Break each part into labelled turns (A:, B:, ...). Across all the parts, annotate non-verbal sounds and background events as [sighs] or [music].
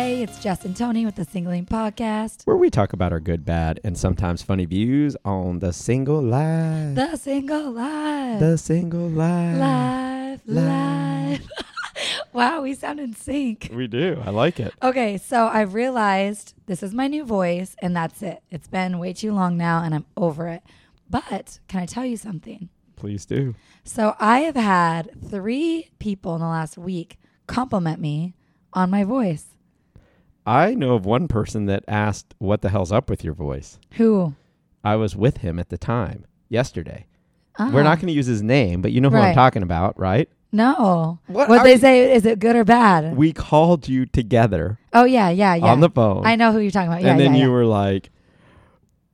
A: It's Jess and Tony with the Singling Podcast.
B: where we talk about our good, bad, and sometimes funny views on the single life.
A: The Single Life.
B: The single life.
A: life.
B: Life.
A: Life. [laughs] wow, we sound in sync.
B: We do. I like it.
A: Okay, so I realized this is my new voice, and that's it. It's been way too long now, and I'm over it. But can I tell you something?
B: Please do.
A: So I have had three people in the last week compliment me on my voice.
B: I know of one person that asked, What the hell's up with your voice?
A: Who?
B: I was with him at the time yesterday.
A: Ah,
B: We're not going to use his name, but you know who
A: Right.
B: I'm talking about, right?
A: No.
B: What
A: What
B: are
A: they
B: you-
A: say? Is it good or bad?
B: We called you together
A: oh yeah, yeah, yeah.
B: on the phone.
A: I know who you're talking about. Yeah,
B: and then
A: yeah,
B: you
A: yeah.
B: were like,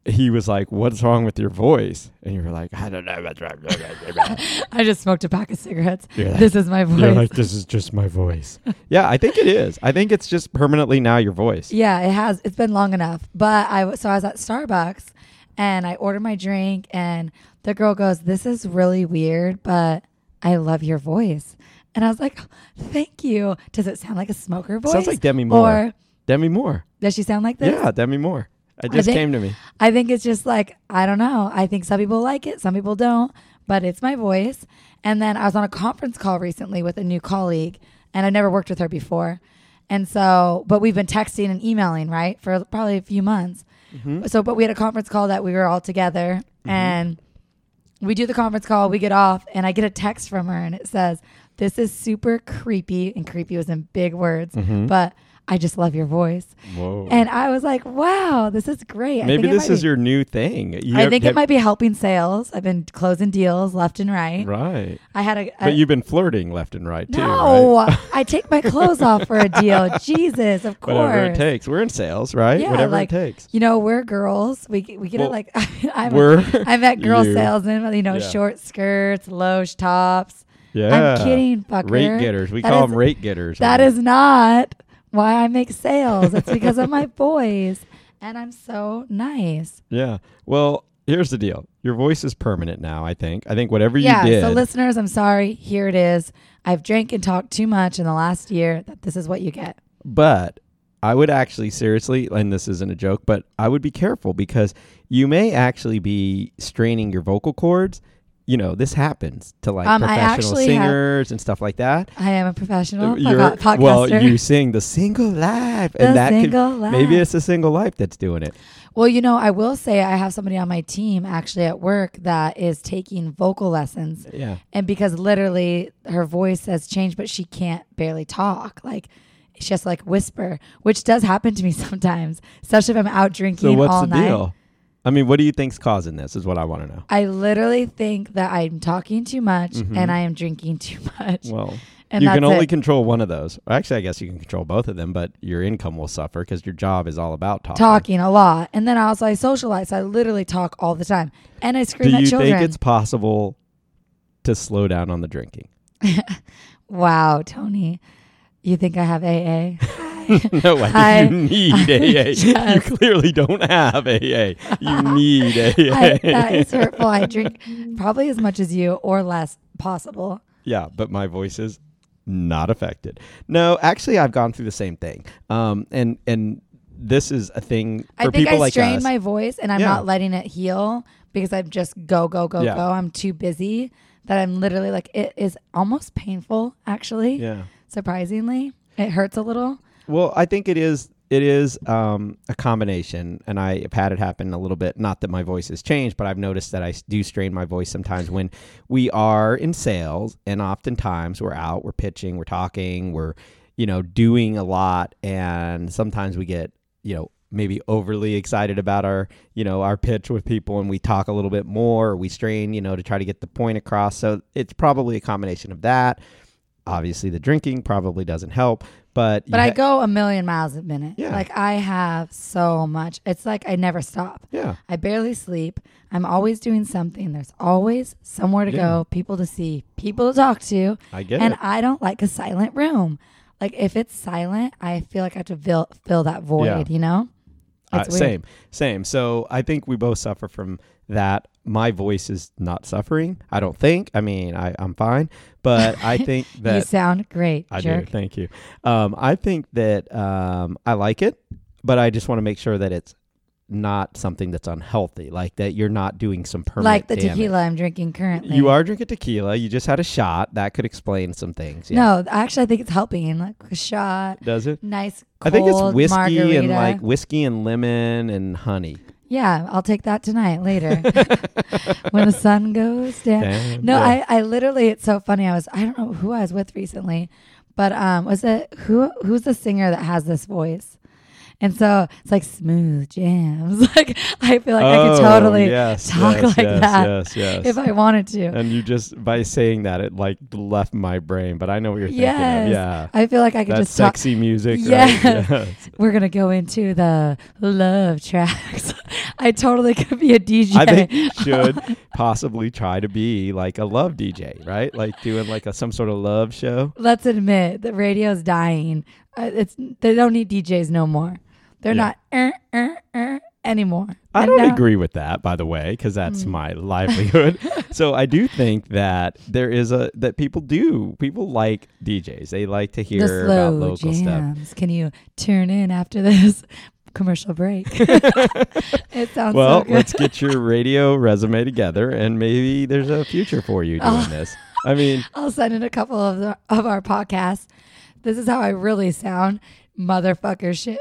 B: he was like, "What's wrong with your voice?" And you were like, "I don't know what's wrong." with my voice."
A: I just smoked a pack of cigarettes.
B: You're like-
A: This is my voice.
B: You're like, this is just my voice. [laughs] yeah, I think it is. I think it's just permanently now your voice.
A: yeah, it has. It's been long enough. But I w- so I was at Starbucks and I ordered my drink and the girl goes, "This is really weird, but I love your voice." And I was like, "Thank you." Does it sound like a smoker voice?
B: Sounds like Demi Moore.
A: Or
B: Demi Moore.
A: does she sound like this?
B: Yeah, Demi Moore. It just
A: think-
B: came to me.
A: I think it's just like, I don't know. I think some people like it, some people don't, but it's my voice. And then I was on a conference call recently with a new colleague, and I've never worked with her before. And so, but we've been texting and emailing, right, for probably a few months.
B: Mm-hmm.
A: So, but we had a conference call that we were all together, and we do the conference call, we get off, and I get a text from her, and it says, This is super creepy. And creepy was in big words,
B: Mm-hmm.
A: but I just love your voice.
B: Whoa.
A: And I was like, wow, this is great. I
B: Maybe
A: think it
B: this
A: might
B: is
A: be-
B: your new thing. You
A: I
B: have-
A: think
B: have-
A: it might be helping sales. I've been closing deals left and right.
B: Right.
A: I had a. a-
B: But you've been flirting left and right too.
A: no,
B: right? [laughs]
A: I take my clothes off for a deal. Jesus, of course.
B: Whatever it takes. We're in sales, right?
A: Yeah,
B: Whatever
A: like,
B: it takes.
A: You know, we're girls. We we get it
B: Well,
A: like [laughs] I'm.
B: we're
A: I met girl
B: you.
A: salesmen. You know,
B: Yeah.
A: short skirts, low tops.
B: Yeah.
A: I'm kidding, fucker.
B: Rate getters. We
A: That
B: call
A: is-
B: them rate getters.
A: That
B: on-
A: is not why I make sales. It's because of my [laughs] voice, and I'm so nice.
B: Yeah. Well, here's the deal. Your voice is permanent now, I think. I think whatever you
A: yeah,
B: did.
A: so listeners, I'm sorry. Here it is. I've drank and talked too much in the last year. That this is what you get.
B: But I would actually seriously, and this isn't a joke, but I would be careful because you may actually be straining your vocal cords. You know, this happens to like
A: Um, I
B: professional
A: actually have-
B: singers and stuff like that.
A: I am a professional
B: Uh, You're-
A: podca- podcaster.
B: well, you sing the single life,
A: The
B: and that could-
A: single
B: maybe
A: life.
B: it's the single life that's doing it.
A: Well, you know, I will say I have somebody on my team actually at work that is taking vocal lessons.
B: Yeah,
A: And because literally her voice has changed, but she can't barely talk. Like she has to like whisper, which does happen to me [laughs] sometimes, especially if I'm out
B: so
A: drinking
B: what's
A: all
B: the
A: night.
B: deal? I mean, what do you think's causing this? Is what I want to know.
A: I literally think that I'm talking too much and I am drinking too [laughs] much.
B: Mm-hmm. Well,
A: And
B: you can
A: that's
B: only
A: it.
B: control one of those. Actually, I guess you can control both of them, but your income will suffer because your job is all about talking.
A: talking a lot. And then also I socialize. So I literally talk all the time. And I
B: Do
A: scream
B: you
A: at children.
B: think it's possible to slow down on
A: [laughs]
B: the drinking? [laughs]
A: wow, Tony. You think I have AA?
B: No, I
A: [laughs]
B: think
A: I-
B: you need AA. You clearly don't have AA.
A: [laughs]
B: You need
A: I,
B: AA.
A: [laughs] that
B: [laughs]
A: is hurtful. I drink probably as much as you or less possible.
B: yeah, but my voice is not affected. No, actually, I've gone through the same thing. Um, and and this is a thing for
A: I think
B: people
A: I
B: like
A: strain
B: us.
A: my voice and I'm
B: Yeah.
A: not letting it heal because I'm just go, go, go,
B: Yeah.
A: go. I'm too busy that I'm literally like, it is almost painful, actually.
B: yeah.
A: Surprisingly, it hurts a little.
B: Well, I think it is it is um, a combination, and I have had it happen a little bit. Not that my voice has changed, but I've noticed that I s- do strain my voice sometimes when we are in sales, and oftentimes we're out, we're pitching, we're talking, we're you know doing a lot, and sometimes we get you know maybe overly excited about our you know our pitch with people and we talk a little bit more or we strain you know to try to get the point across so it's probably a combination of that obviously the drinking probably doesn't help but you
A: But I
B: ha-
A: go a million miles a minute.
B: Yeah.
A: Like I have so much. It's like I never stop.
B: Yeah.
A: I barely sleep. I'm always doing something. There's always somewhere to
B: Yeah.
A: go, people to see, people to talk to.
B: I get
A: and
B: it.
A: I don't like a silent room. Like if it's silent, I feel like I have to fill, fill that void,
B: Yeah.
A: you know?
B: Uh,
A: It's weird.
B: same, same. So I think we both suffer from that. my voice is not suffering. I don't think. I mean, I, I'm fine, but
A: [laughs]
B: I think
A: you
B: that
A: sound great,
B: I
A: jerk.
B: do. Thank you. Um, I think that um, I like it, but I just want to make sure that it's not something that's unhealthy, like that you're not doing some permanent
A: Like the
B: damage.
A: tequila I'm drinking currently.
B: You are drinking tequila. You just had a shot. That could explain some things. Yeah.
A: No, actually, I think it's helping. Like a shot,
B: Does it?
A: nice.
B: I think it's
A: cold
B: whiskey
A: margarita.
B: and like whiskey and lemon and honey.
A: Yeah, I'll take that tonight
B: [laughs]
A: later [laughs] when the sun goes down.
B: Damn,
A: No,
B: yeah.
A: I, I literally it's so funny. I was I don't know who I was with recently, but um was it who who's the singer that has this voice? And so it's like smooth jams. [laughs] Like I feel like I could
B: Oh,
A: totally
B: yes,
A: talk
B: yes,
A: like
B: yes,
A: that
B: Yes, yes.
A: if I wanted to.
B: and you just by saying that it like left my brain, but I know what you're thinking.
A: Yes.
B: Of. Yeah.
A: I feel like I could
B: That's
A: just talk.
B: sexy music.
A: Yes.
B: [laughs] Right? Yes.
A: We're gonna go into the love tracks. [laughs] I totally could be a DJ.
B: I think you should possibly try to be like a love DJ, right? Like doing like a, some sort of love show.
A: Let's admit that radio's dying. Uh, it's they don't need DJs no more. They're
B: Yeah.
A: not uh, uh, uh, anymore.
B: I
A: And
B: don't
A: now- Mm.
B: agree with that, by the way, because that's
A: [laughs]
B: my livelihood. so I do think that there is a that people do people like DJs. They like to hear
A: the slow
B: about local stuff.
A: jams. Can you turn in after this [laughs] commercial break? [laughs] it sounds
B: Well,
A: so good.
B: let's get your radio resume together, and maybe there's a future for you doing
A: Oh.
B: this.
A: [laughs]
B: I mean,
A: I'll send in a couple of the, of our podcasts. This is how I really sound, motherfucker shit.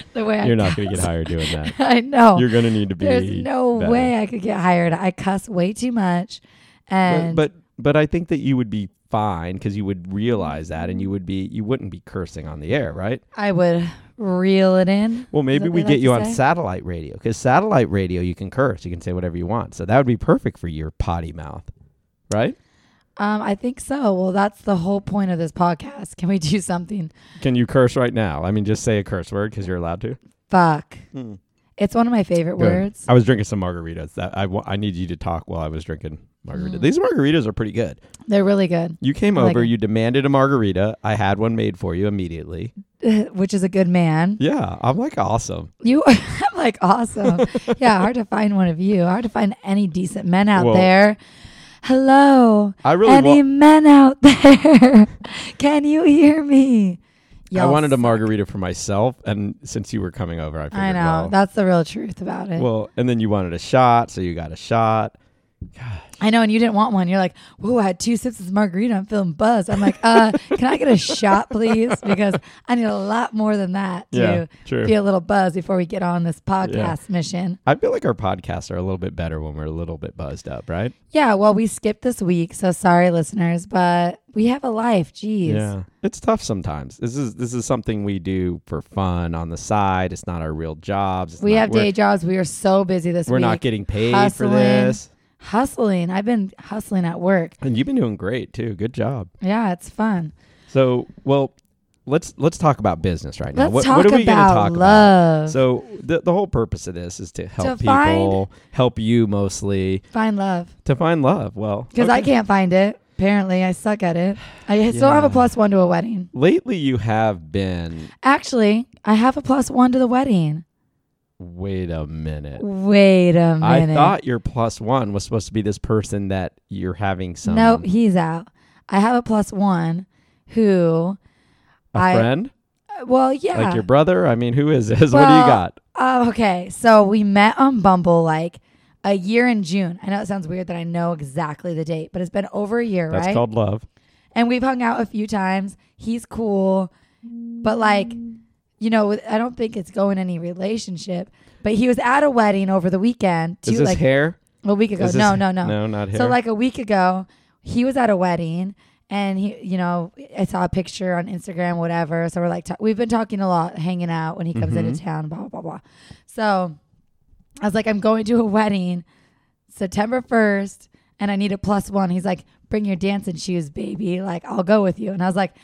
A: [laughs] the way I
B: you're not
A: cuss.
B: going to get hired doing that.
A: [laughs] I know.
B: You're going to need to be.
A: Oh. There's no
B: better.
A: way I could get hired. I cuss way too much,
B: But,
A: and
B: but but I think that you would be fine because you would realize that, and you would be you wouldn't be cursing on the air, right?
A: I would reel it in.
B: Well,
A: that
B: maybe
A: what
B: we
A: they
B: get
A: like
B: you
A: to
B: on
A: say?
B: satellite radio because satellite radio you can curse, you can say whatever you want. So that would be perfect for your potty mouth, right?
A: Um, I think so. Well, that's the whole point of this podcast. Can we do something?
B: Can you curse right now? I mean, just say a curse word because you're allowed to.
A: Fuck.
B: Hmm.
A: It's one of my favorite
B: Good.
A: words.
B: I was drinking some margaritas. That I wa- I need you to talk while I was drinking margarita.
A: Mm.
B: These margaritas are pretty good.
A: They're really good, [laughs]
B: You came
A: I like
B: over,
A: it.
B: you demanded a margarita. I had one made for you immediately.
A: which is a good man.
B: Yeah, I'm like awesome.
A: You [laughs] are I'm like awesome. yeah, hard to find one of you. Hard to find any decent men out
B: Well,
A: there. Hello,
B: I really
A: any
B: wa-
A: men out [laughs] there? Can you hear me?
B: I
A: Y'all
B: wanted a
A: suck.
B: margarita for myself, and since you were coming over, I figured.
A: I know
B: well-
A: that's the real truth about it.
B: well, and then you wanted a shot, so you got a shot.
A: I know, and you didn't want one. You're like, "Whoa, I had two sips of margarita. I'm feeling buzzed." I'm like,
B: [laughs]
A: "Uh, can I get a shot, please? Because I need a lot more than that to
B: Yeah, true.
A: feel a little buzz before we get on this podcast mission."
B: I feel like our podcasts are a little bit better when we're a little bit buzzed up, right?
A: Yeah, well, we skipped this week, so sorry, listeners, but we have a life. Jeez.
B: It's tough sometimes. This is this is something we do for fun on the side. It's not our real jobs. It's
A: We
B: not-
A: have
B: we're,
A: day jobs. We are so busy this
B: We're
A: week.
B: not getting paid
A: hustling.
B: for this.
A: hustling. I've been hustling at work.
B: And you've been doing great too. Good job.
A: Yeah, it's fun.
B: So, well, let's let's talk about business right now.
A: Let's
B: what,
A: talk
B: what are we gonna
A: about
B: talk about?
A: love.
B: So the, the whole purpose of this is to help
A: To find-
B: people, help you mostly
A: find love.
B: to find love. Well,
A: Because I
B: okay.
A: can't find it. Apparently, I suck at it. I
B: [sighs]
A: still have a
B: Yeah.
A: plus one to a wedding.
B: lately you have been.
A: Actually, I have a plus one to the wedding.
B: Wait a minute.
A: Wait a minute.
B: I thought your plus one was supposed to be this person that you're having some
A: Nope, he's out. I have a plus one who,
B: a
A: I-
B: friend
A: well, yeah.
B: like your brother. I mean, who is this? [laughs] what do you
A: Well,
B: got?
A: Oh, okay. So we met on Bumble like a year in June. I know it sounds weird that I know exactly the date, but it's been over a year,
B: That's
A: right?
B: called love.
A: and we've hung out a few times. He's cool, but like, you know, with- I don't think it's going any relationship. But he was at a wedding over the weekend,
B: Is
A: two
B: this
A: like
B: hair?
A: a week ago.
B: Is this-
A: No, no, no,
B: no, not hair.
A: So like a week ago, he was at a wedding. And he, you know, I saw a picture on Instagram, whatever. So we're like, ta- we've been talking a lot, hanging out when he comes into town, blah, blah, blah, blah. So I was like, I'm going to a wedding September 1st and I need a plus one. He's like, bring your dancing shoes, baby. Like, I'll go with you. And I was like,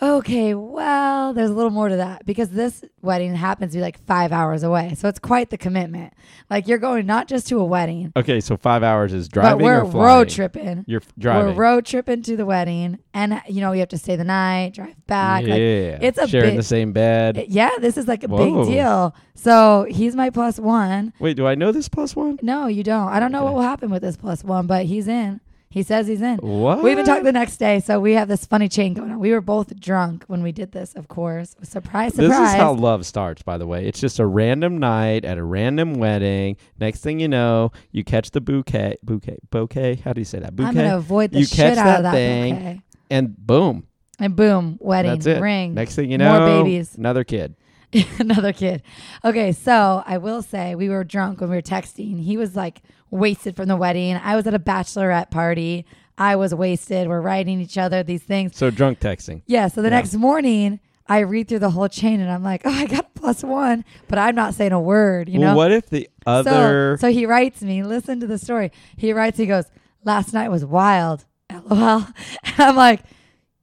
A: okay, well, there's a little more to that because this wedding happens to be like five hours away. So it's quite the commitment. Like you're going not just to a wedding,
B: Okay, so five hours is driving
A: but we're
B: or flying.
A: road tripping.
B: You're f- driving.
A: We're road tripping to the wedding. And, uh, you know, you have to stay the night, drive back.
B: Yeah,
A: Like, uh, it's a
B: sharing
A: big- eh,
B: the same bed.
A: yeah, this is like a
B: Whoa.
A: big deal. So he's my plus one.
B: Wait, do I know this plus one?
A: No, you don't. I don't know what
B: Okay.
A: will happen with this plus one, but he's in. He says he's in. [laughs]
B: What?
A: We even talked the next day, so we have this funny chain going on. We were both drunk when we did this, of course. Surprise,
B: This
A: surprise.
B: is how love starts, by the way. It's just a random night at a random wedding. Next thing you know, you catch the bouquet, bouquet, bouquet. How do you say that?
A: I'm gonna
B: Bouquet,
A: avoid the
B: You
A: shit
B: catch
A: out of
B: that
A: that
B: thing.
A: bouquet.
B: and boom,
A: And boom, wedding,
B: that's it.
A: ring,
B: Next thing you
A: more
B: know,
A: babies.
B: another kid.
A: [laughs] another kid. Okay, so I will say we were drunk when we were texting. He was like wasted from the wedding. I was at a bachelorette party. I was wasted. We're writing each other these things.
B: So drunk texting.
A: Yeah. So the
B: Yeah.
A: next morning, I read through the whole chain and I'm like, [laughs] oh, I got a plus one, but I'm not saying a word. You
B: well,
A: know.
B: what if the other?
A: So, so he writes me, listen to the story. He writes, he goes, Last night was wild. [laughs] LOL. And I'm like,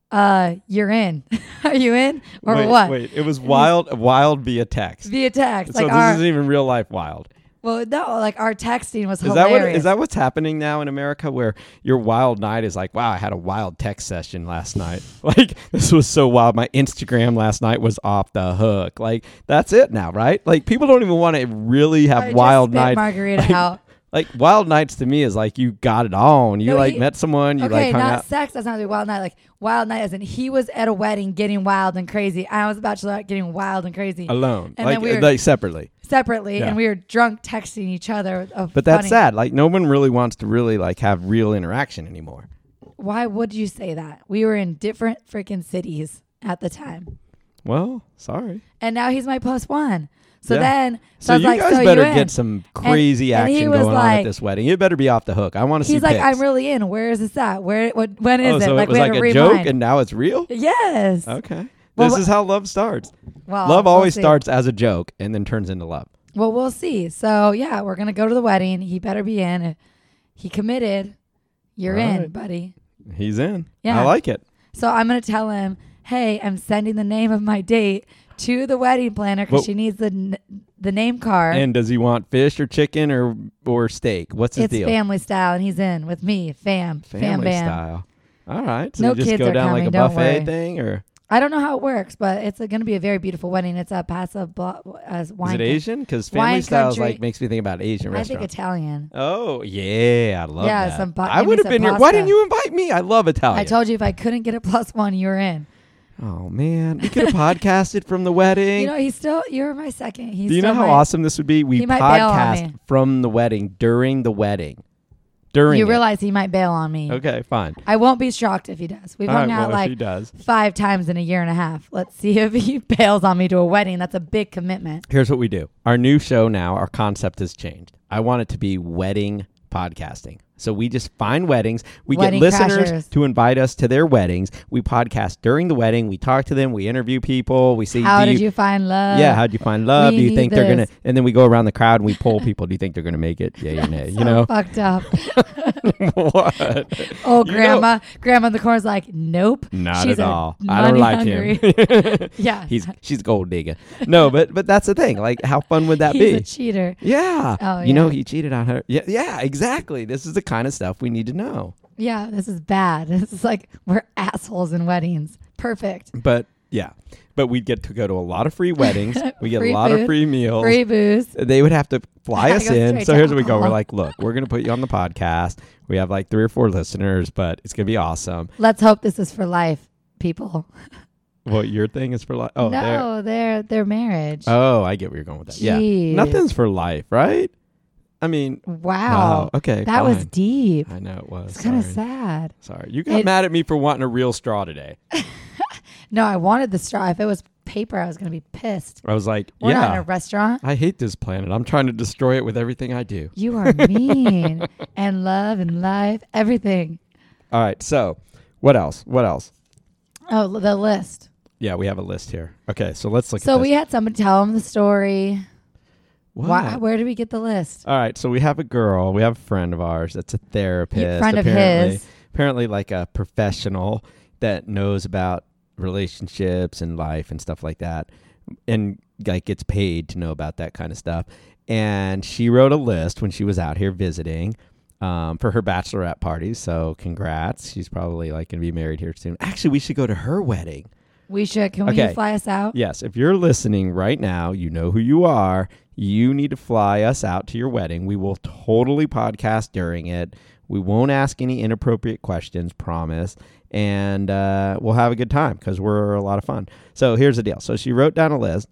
A: uh, you're in. [laughs] Are you in? Or
B: wait,
A: what?
B: Wait, it was wild. Wild via text.
A: Via text.
B: so
A: like
B: this
A: our
B: isn't even real life wild.
A: well, no, like our texting was
B: Is
A: hilarious.
B: that what is that what's happening now in America where your wild night is like, wow, I had a wild text session last night. [laughs] Like this was so wild. My Instagram last night was off the hook. Like that's it now, right? Like people don't even want to really have
A: I just
B: wild
A: spit
B: nights.
A: margarita
B: Like,
A: out.
B: like wild nights to me is like you got it on. You
A: No,
B: like
A: he-
B: met someone, you
A: okay,
B: like hung
A: not
B: out.
A: sex. That's not a wild night. Like wild night, as in he was at a wedding getting wild and crazy. I was a bachelorette getting wild and crazy
B: Alone,
A: And
B: like
A: then we were-
B: like separately,
A: separately,
B: Yeah.
A: and we were drunk texting each other. Of
B: but that's
A: funny-
B: sad. Like no one really wants to really like have real interaction anymore.
A: Why would you say that? We were in different freaking cities at the time.
B: Well, sorry.
A: And now he's my plus one. So
B: Yeah.
A: then,
B: So
A: I was
B: you
A: like,
B: guys
A: so
B: better
A: you in?
B: get some crazy
A: and he
B: action
A: was
B: going on at
A: like-
B: this wedding. It better be off the hook. I want to see.
A: He's like,
B: pics.
A: I'm really in. Where is this at? Where? What? When is
B: oh,
A: it?
B: so
A: like
B: it was
A: we had
B: like a
A: to
B: joke,
A: rewind.
B: and now it's real.
A: yes.
B: Okay,
A: Well,
B: this
A: wh-
B: is how love starts.
A: Well,
B: love
A: we'll
B: always
A: see.
B: starts as a joke and then turns into love.
A: Well, we'll see. So yeah, we're gonna go to the wedding. He better be in. If He committed. You're in,
B: Right.
A: buddy.
B: He's in.
A: Yeah.
B: I like it.
A: So I'm gonna tell him, hey, I'm sending the name of my date to the wedding planner because
B: But-
A: she needs the n- the name card.
B: And does he want fish or chicken or or steak? What's his
A: it's
B: deal?
A: family style, and he's in with me, fam, fam,
B: Family
A: bam.
B: style. All right. So
A: No
B: you just
A: kids
B: go
A: are
B: down like
A: coming,
B: a
A: don't
B: buffet
A: worry.
B: thing, or
A: I don't know how it works, but it's going to be a very beautiful wedding. It's a Pasablanca uh, wine.
B: is it
A: coun-
B: Asian? Because
A: wine
B: family style is
A: country-
B: like makes me think about Asian
A: I think
B: restaurants.
A: Italian.
B: Oh yeah, I love
A: Yeah,
B: that.
A: some pa-
B: I
A: give me
B: would have
A: some
B: been here. Why
A: pasta.
B: didn't you invite me? I love Italian.
A: I told you if I couldn't get a [laughs] plus one, you were in.
B: oh man, we
A: [laughs]
B: could have podcasted from the wedding.
A: You know, he's still. You're my second. He's
B: Do you know
A: still
B: how
A: my,
B: awesome this would be? We
A: He might bail on
B: podcast
A: me.
B: from the wedding during the wedding. During
A: You
B: it.
A: realize he might bail on me.
B: Okay, fine.
A: I won't be shocked if he does. We've
B: All right,
A: hung out
B: well, if he
A: like
B: does.
A: five times in a year and a half. Let's see if he [laughs] bails on me to a wedding. That's a big commitment.
B: Here's what we do. Our new show now, our concept has changed. I want it to be wedding podcasting. So we just find weddings. We
A: Wedding
B: get listeners
A: crashers.
B: to invite us to their weddings. We podcast during the wedding. We talk to them. We interview people. We see
A: How
B: do
A: did you find love?
B: yeah, how'd you find love?
A: Uh, we
B: Do you
A: need
B: think they're gonna?
A: this.
B: And then we go around the crowd and we poll people. Do you think they're gonna make it?
A: [laughs]
B: Yeah, or nay?
A: So
B: you know
A: fucked
B: [laughs]
A: up.
B: what?
A: [laughs] Oh,
B: You know-
A: grandma, grandma in the corner's like, nope,
B: Not
A: She's
B: at
A: a
B: all. I don't like him.
A: [laughs] yeah,
B: [laughs] He's she's gold digger. No, but but that's the thing. Like, how fun would that
A: he's
B: be?
A: a cheater.
B: yeah.
A: Oh,
B: You know
A: yeah.
B: he cheated on her. Yeah, yeah, exactly. This is the kind of stuff we need to know.
A: Yeah, this is bad. [laughs] This is like we're assholes in weddings. Perfect.
B: But yeah. But we'd get to go to a lot of free
A: [laughs]
B: weddings. We get
A: Free
B: a lot of
A: food,
B: free meals.
A: Free booze.
B: They would have to fly
A: I
B: us
A: go
B: in.
A: straight
B: So
A: to
B: here's where we go. We're
A: alcohol.
B: like, look, we're gonna put you on the podcast. We have like three or four listeners, but it's gonna be awesome.
A: Let's hope this is for life, people.
B: Well, your thing is for life. Oh, there.
A: no, their their marriage.
B: Oh, I get where you're going with that.
A: Jeez.
B: Yeah. Nothing's for life, right? I mean,
A: wow.
B: wow. Okay.
A: that was
B: fine.
A: deep.
B: I know it was.
A: It's kind of
B: Sorry.
A: sad.
B: Sorry. You got
A: It-
B: mad at me for wanting a real straw today.
A: No, I wanted the straw. If it was paper, I was gonna be pissed.
B: I was like,
A: We're not in a
B: yeah.
A: restaurant.
B: I hate this planet. I'm trying to destroy it with everything I do. [laughs]
A: You are mean and love and life, everything.
B: All right. So, what else? What else?
A: Oh, l- the list.
B: Yeah, we have a list here. Okay, so let's look
A: So
B: at this.
A: we had someone tell him the story.
B: What?
A: Why, where did we get the list?
B: All right, so we have a girl, we have a friend of ours that's a therapist.
A: friend of
B: apparently,
A: his.
B: Apparently, like a professional that knows about relationships and life and stuff like that, and like gets paid to know about that kind of stuff. And she wrote a list when she was out here visiting um, for her bachelorette party. So congrats, she's probably like gonna be married here soon. Actually, we should go to her wedding.
A: We should. Can
B: Okay.
A: we fly us out?
B: Yes, if you're listening right now, you know who you are. You need to fly us out to your wedding. We will totally podcast during it. We won't ask any inappropriate questions, promise. And uh, we'll have a good time because we're a lot of fun. So here's the deal. So she wrote down a list,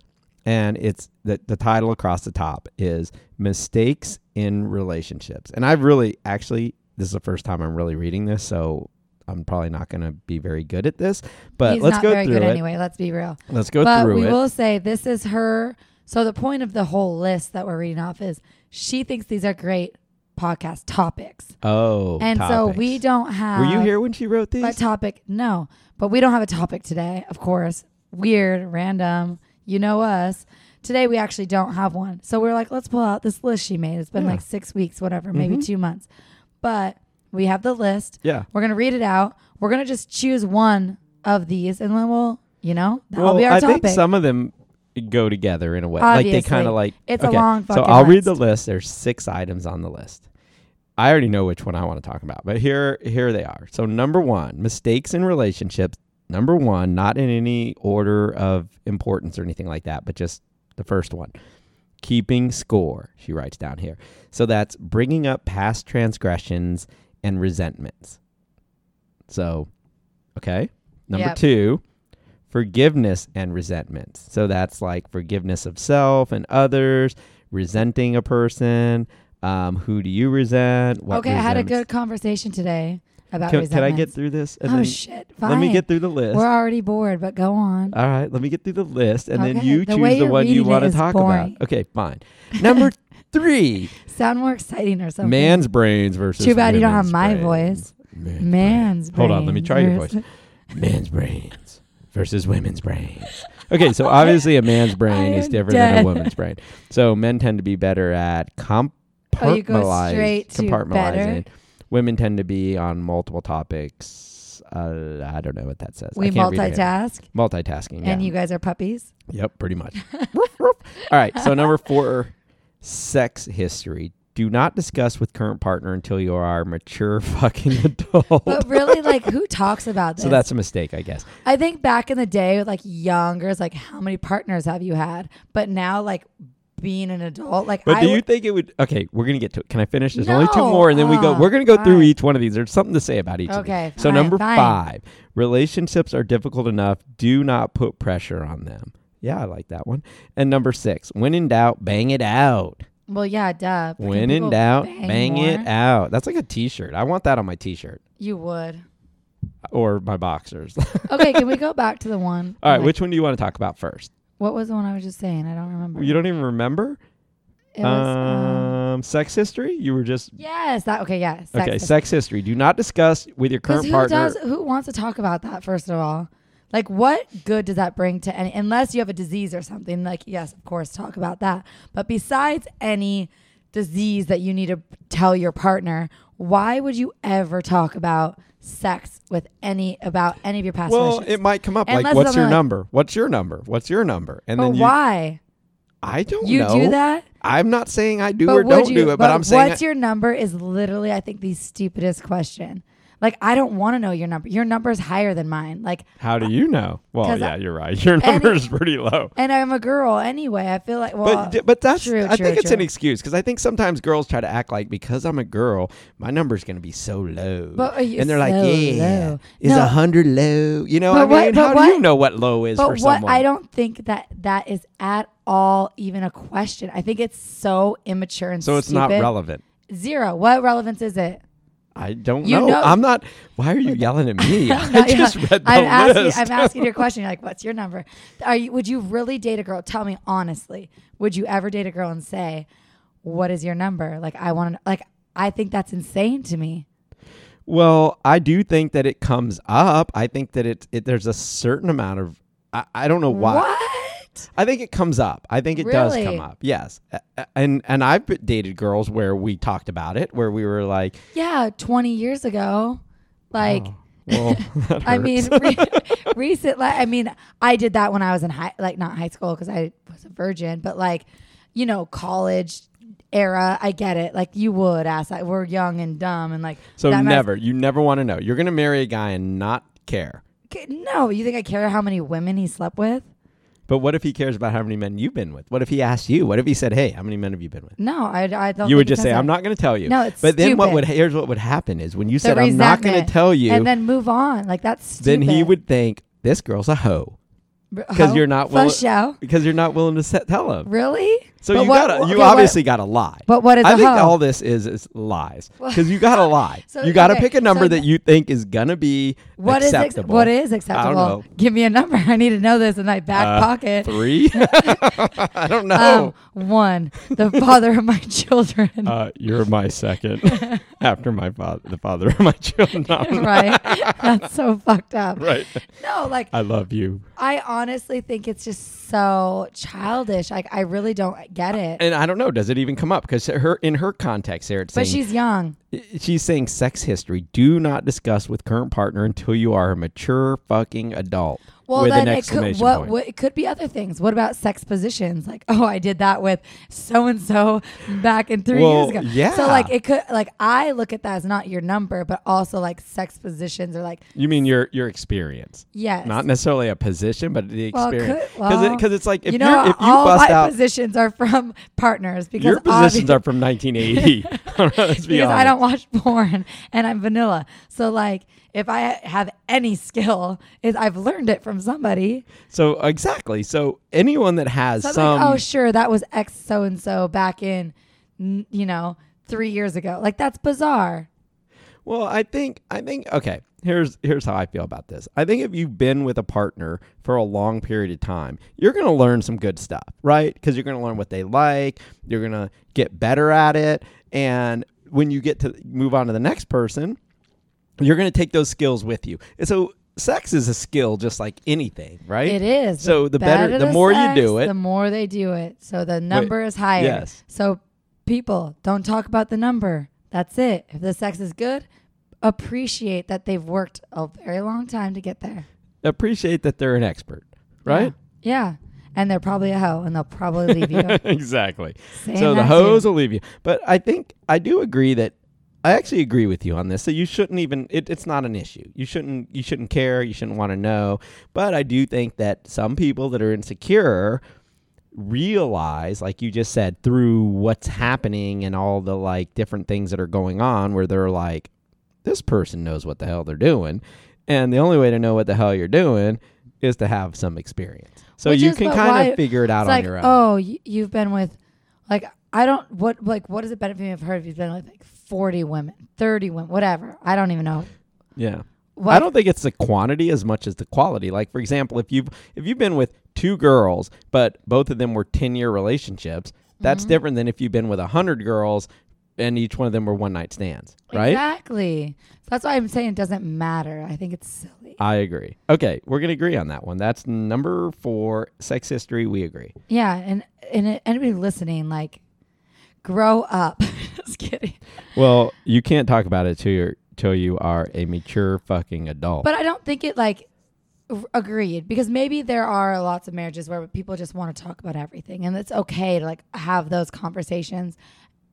B: and it's the, the title across the top is Mistakes in Relationships. And I've really, actually, this is the first time I'm really reading this. So I'm probably not going to be very good at this, but
A: He's
B: let's
A: not
B: go
A: very
B: through
A: good
B: it.
A: anyway. Let's be real.
B: Let's go
A: but
B: through
A: we
B: it.
A: will say this is her. So the point of the whole list that we're reading off is she thinks these are great podcast topics,
B: Oh,
A: and so
B: topics.
A: we don't have.
B: Were you here when she wrote these?
A: A topic? No, but we don't have a topic today. Of course, weird, random. You know us. Today we actually don't have one, so we're like, let's pull out this list she made. It's been
B: Yeah. Mm-hmm.
A: like six weeks, whatever, maybe two months, but we have the list.
B: yeah.
A: We're gonna read it out. We're gonna just choose one of these, and then we'll, you know, that'll
B: well,
A: be our
B: I
A: topic.
B: think some of them go together in a way. Like they
A: Obviously.
B: kind of like.
A: It's a
B: okay,
A: long
B: So
A: fucking
B: I'll read
A: list.
B: the list. There's six items on the list. I already know which one I want to talk about, but here, here they are. So number one, mistakes in relationships. Number one, not in any order of importance or anything like that, but just the first one. Keeping score, she writes down here. So that's bringing up past transgressions and resentments. So, okay. Number
A: Yep.
B: two, forgiveness and resentments. So that's like forgiveness of self and others, resenting a person. Um, who do you resent? What
A: okay, I had a good
B: resentments-
A: conversation today about
B: Can, can I get
A: resentments.
B: through this?
A: Oh shit! Fine.
B: let me get Uh, through the list.
A: We're already bored, but go on.
B: All right, let me get through the list, and then
A: Okay,
B: you
A: the way
B: choose the
A: you're
B: one you
A: reading it
B: want to
A: is
B: talk
A: boring.
B: about. Okay, fine.
A: [laughs]
B: Number three,
A: Sound more exciting or something?
B: man's brains versus.
A: Too bad you don't have
B: women's
A: my
B: brains.
A: voice.
B: Man's
A: man's.
B: Hold on, let me try your
A: brains.
B: voice. men's brains versus
A: [laughs]
B: women's brains. Okay, so obviously a man's brain
A: I
B: is
A: am
B: different than a
A: dead.
B: woman's brain. So men tend to be better at compartmentalize,
A: Oh, you go straight to
B: compartmentalizing.
A: better?
B: Women tend to be on multiple topics. Uh, I don't know what that says.
A: We
B: I can't read it.
A: multitask,
B: Multitasking.
A: and
B: yeah.
A: you guys are puppies.
B: Yep,
A: [laughs]
B: pretty much. Woof, woof. All right, so number four, sex history. Do not discuss with current partner until you are a mature [laughs] fucking adult.
A: But really, like, who talks about this?
B: [laughs] so that's a mistake, I guess.
A: I think back in the day, like younger, it's like how many partners have you had? But now, like being an adult, like
B: But
A: I
B: do you
A: would-
B: think it would? Okay, we're gonna get to it. Can I finish? There's only two
A: No.
B: more, and then we go.
A: Ah,
B: We're gonna go through
A: fine.
B: each one of these. There's something to say about each. of
A: Okay,
B: these. So
A: fine,
B: number
A: fine.
B: five, relationships are difficult enough. Do not put pressure on them. Yeah, I like that one. And number six, when in doubt, bang it out.
A: well, yeah, duh. But can
B: When in
A: people
B: doubt, bang, it
A: more?
B: out. That's like a T-shirt. I want that on my T-shirt
A: You would.
B: or my boxers. [laughs] All
A: Okay, can we go back to the one?
B: [laughs] right,
A: like,
B: which one do you want to talk about first?
A: what was the one I was just saying? I don't remember.
B: You don't even remember.
A: it was, um,
B: um, sex history. You were just
A: yes, that okay, yes.
B: okay. Sex history. Do not discuss with your
A: Because
B: current
A: who
B: partner.
A: does who wants to talk about that first of all? Like what good does that bring to any unless you have a disease or something? Like, yes, of course, talk about that. But besides any disease that you need to tell your partner, why would you ever talk about sex with any about any of your past
B: Well,
A: relationships?
B: it might come up like,
A: Unless
B: what's
A: something
B: your
A: like-
B: number? What's your number? What's your number? And
A: but
B: then you,
A: why?
B: I don't
A: You
B: know.
A: do that?
B: I'm not saying I do
A: But
B: or
A: would
B: don't
A: you,
B: do it, but, I'm saying
A: what's
B: I-
A: your number is literally, I think, the stupidest question. Like, I don't want to know your number. Your number is higher than mine. Like,
B: how do you know? Well,
A: 'Cause
B: yeah,
A: I-
B: you're right. [laughs] Your number is pretty low.
A: and I'm a girl anyway. I feel like, well,
B: But d- but that's
A: true,
B: I
A: true,
B: think it's
A: true.
B: an excuse because I think sometimes girls try to act like because I'm a girl, my number's going to be so low.
A: But are you
B: and they're like,
A: so
B: yeah,
A: low?"
B: is a
A: No.
B: hundred low? You know,
A: But
B: I
A: what-
B: mean,
A: but
B: how do
A: what-
B: you know what low is
A: But
B: for
A: what
B: someone?
A: I don't think that that is at all even a question. I think it's so immature and
B: so it's not
A: stupid.
B: relevant.
A: Zero. What relevance is it?
B: I don't
A: You
B: know.
A: know-
B: I'm not. Why are you yelling
A: [laughs]
B: at me? [laughs] I
A: Not-
B: just
A: yeah.
B: read the
A: I'm
B: list.
A: asking. I'm
B: [laughs]
A: asking your question. You're like, what's your number? Are you? Would you really date a girl? Tell me honestly. Would you ever date a girl and say, "What is your number?" Like, I want to. Like, I think that's insane to me.
B: Well, I do think that it comes up. I think that it, it there's a certain amount of I, I don't know why.
A: What?
B: I think it comes up. I think it does come
A: Really?
B: up. Yes, A- a- and and I've b- dated girls where we talked about it, where we were like, Oh.
A: Yeah, 20 years ago, like, [laughs]
B: Well, that
A: I mean,
B: hurts.
A: re- [laughs] recent. Like, I mean, I did that when I was in high, like not high school because I was a virgin, but like, you know, college era. I get it. Like you would ask. Like, we're young and dumb and like.
B: so
A: that matters-
B: never. You never want to know. You're gonna marry a guy and not care.
A: K- No, you think I care how many women he slept with?
B: But what if he cares about how many men you've been with? What if he asked you? What if he said, "Hey, how many men have you been with?"
A: No, I. I don't
B: you would
A: think it
B: just say,
A: does
B: "I'm
A: that.
B: not going to tell you."
A: No, it's
B: but then what
A: stupid.
B: would here's what would happen is when you
A: The
B: said, "I'm not going
A: resentment.
B: to tell you,"
A: And then move on. Like that's
B: then
A: stupid.
B: he would think this girl's a hoe because you're not
A: for
B: willing
A: show.
B: because you're not willing to set, tell him.
A: Really?
B: So
A: Oh. But
B: you
A: what-
B: gotta, you
A: okay, what-
B: obviously gotta lie.
A: But what is
B: I
A: a
B: think
A: hoe?
B: all this is is lies because
A: [laughs]
B: you gotta lie.
A: So,
B: you gotta
A: okay,
B: pick a number
A: so-
B: that you think is gonna be
A: What is ex-
B: acceptable.
A: what is acceptable?
B: know.
A: Give me a number. [laughs] I need to know this in my back
B: Uh,
A: pocket. [laughs]
B: [laughs] three? [laughs] I don't know.
A: Um, one, the father of my children.
B: uh, you're my second [laughs] after my father, the father of my [laughs] children.
A: [laughs] [laughs] right? That's so fucked up.
B: right. Uh.
A: No, like
B: I love you.
A: I honestly think it's just so childish. Like I really don't get it.
B: And I don't know. Does it even come up? Because her in her context here, it's
A: But
B: saying
A: she's young.
B: she's saying sex history. Do not discuss with current partner until you are a mature fucking adult.
A: Well,
B: with
A: then
B: an
A: it could
B: exclamation
A: what,
B: point.
A: what it could be other things. What about sex positions? Like, oh, I did that with so and so back in three
B: Well,
A: years ago.
B: yeah.
A: So like it could like I look at that as not your number, but also like sex positions or like
B: you mean your your experience?
A: yes,
B: Not necessarily a position, but the
A: Well, could-
B: experience. Because
A: well,
B: it's like
A: you
B: if you
A: know,
B: if you
A: all
B: bust
A: my
B: out,
A: positions are from [laughs] partners because
B: your positions
A: obvi-
B: are
A: [laughs]
B: from 1980. [laughs] Let's be
A: because I
B: honest.
A: don't watch [laughs] porn and I'm vanilla. So like if I have any skill, is I've learned it from somebody.
B: So exactly. So anyone that has
A: So I'm
B: some,
A: like, oh sure, that was ex so and so back in, n- you know, three years ago. Like that's bizarre.
B: well, I think I think okay. Here's here's how I feel about this. I think if you've been with a partner for a long period of time, you're gonna learn some good stuff, right? Because you're gonna learn what they like. You're gonna get better at it, and when you get to move on to the next person, you're gonna take those skills with you. And so sex is a skill, just like anything, right?
A: It is.
B: So the better- the more you do it-
A: the more they do it. So the number is higher.
B: yes.
A: So people don't talk about the number. That's it. If the sex is good, appreciate that they've worked a very long time to get there.
B: Appreciate that they're an expert, right?
A: Yeah. And they're probably a hoe, and they'll probably leave
B: [laughs]
A: you.
B: exactly.
A: Saying
B: so the
A: that
B: hose
A: too.
B: will leave you. But I think I do agree that I actually agree with you on this. So you shouldn't even it, it's not an issue. You shouldn't you shouldn't care. You shouldn't want to know. But I do think that some people that are insecure realize like you just said through what's happening and all the like different things that are going on where they're like this person knows what the hell they're doing and the only way to know what the hell you're doing is to have some experience so
A: Which
B: you
A: is
B: can
A: what-
B: kind
A: why-
B: of figure it out
A: It's
B: on
A: like,
B: your own
A: oh, y- you've been with, like, I don't what like what does it benefit me if I've heard if you've been with like forty women, thirty women, whatever. I don't even know.
B: yeah
A: What,
B: I don't think it's the quantity as much as the quality. Like for example, if you've if you've been with two girls, but both of them were ten year relationships, that's different than if you've been with a hundred girls and each one of them were one night stands, right?
A: Exactly. So that's why I'm saying it doesn't matter. I think it's silly.
B: I agree. Okay, we're gonna agree on that one. That's number four. Sex history, we agree.
A: yeah, and and anybody listening, like, grow up. [laughs] Just kidding.
B: Well, you can't talk about it till you're till you are a mature fucking adult.
A: But I don't think it like r- agreed because maybe there are lots of marriages where people just want to talk about everything and it's okay to like have those conversations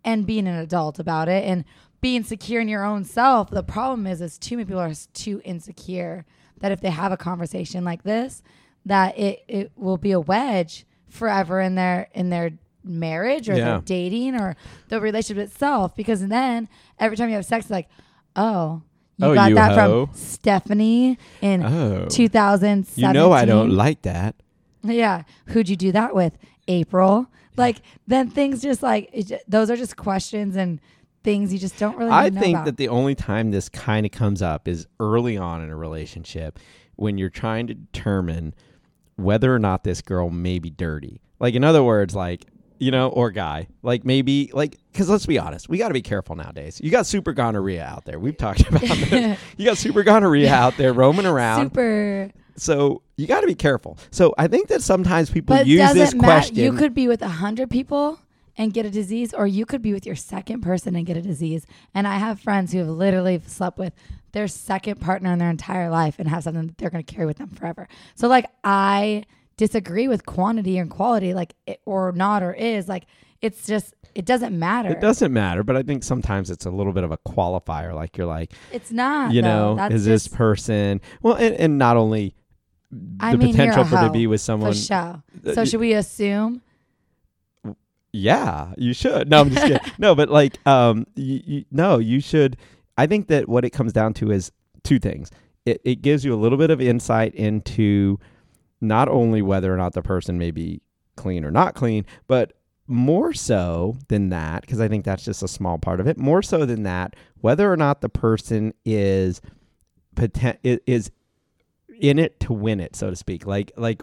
A: and being an adult about it and being secure in your own self. The problem is is too many people are s- too insecure that if they have a conversation like this that it it will be a wedge forever in their in their marriage or
B: Yeah.
A: their dating or the relationship itself because then every time you have sex it's like oh you
B: Oh,
A: got
B: you
A: that
B: hoe.
A: from Stephanie in
B: oh,
A: 2017.
B: you know I don't like that.
A: Yeah, who'd you do that with? April. Like then things just like it ju- those are just questions and things you just don't really.
B: I
A: know
B: think
A: about.
B: that the only time this kind of comes up is early on in a relationship when you're trying to determine whether or not this girl may be dirty. Like, in other words, like, you know, or guy, like maybe, like, because let's be honest, we got to be careful nowadays. You got super gonorrhea out there. We've talked [laughs]
A: [laughs]
B: about this. You got super gonorrhea out there roaming around.
A: super.
B: So you got to be careful. So I think that sometimes people
A: But it
B: use
A: doesn't
B: this
A: matter.
B: question.
A: You could be with a hundred people and get a disease, or you could be with your second person and get a disease. And I have friends who have literally slept with their second partner in their entire life and have something that they're going to carry with them forever. So, like, I disagree with quantity and quality, like, it, or not, or is. Like, it's just, it doesn't matter.
B: It doesn't matter, but I think sometimes it's a little bit of a qualifier. Like you're like,
A: It's not.
B: you
A: though.
B: know,
A: That's
B: is this
A: just
B: person well? And, and not only the
A: I mean, you're a
B: potential for to
A: hoe,
B: be with
A: for
B: someone.
A: show?
B: Uh,
A: So
B: y-
A: should we assume?
B: Yeah, you should. No, I'm
A: [laughs]
B: just kidding. No, but like, um, you, you, no, you should. I think that what it comes down to is two things. It, it gives you a little bit of insight into not only whether or not the person may be clean or not clean, but more so than that, because I think that's just a small part of it. More so than that, whether or not the person is poten- i- is in it to win it, so to speak. Like like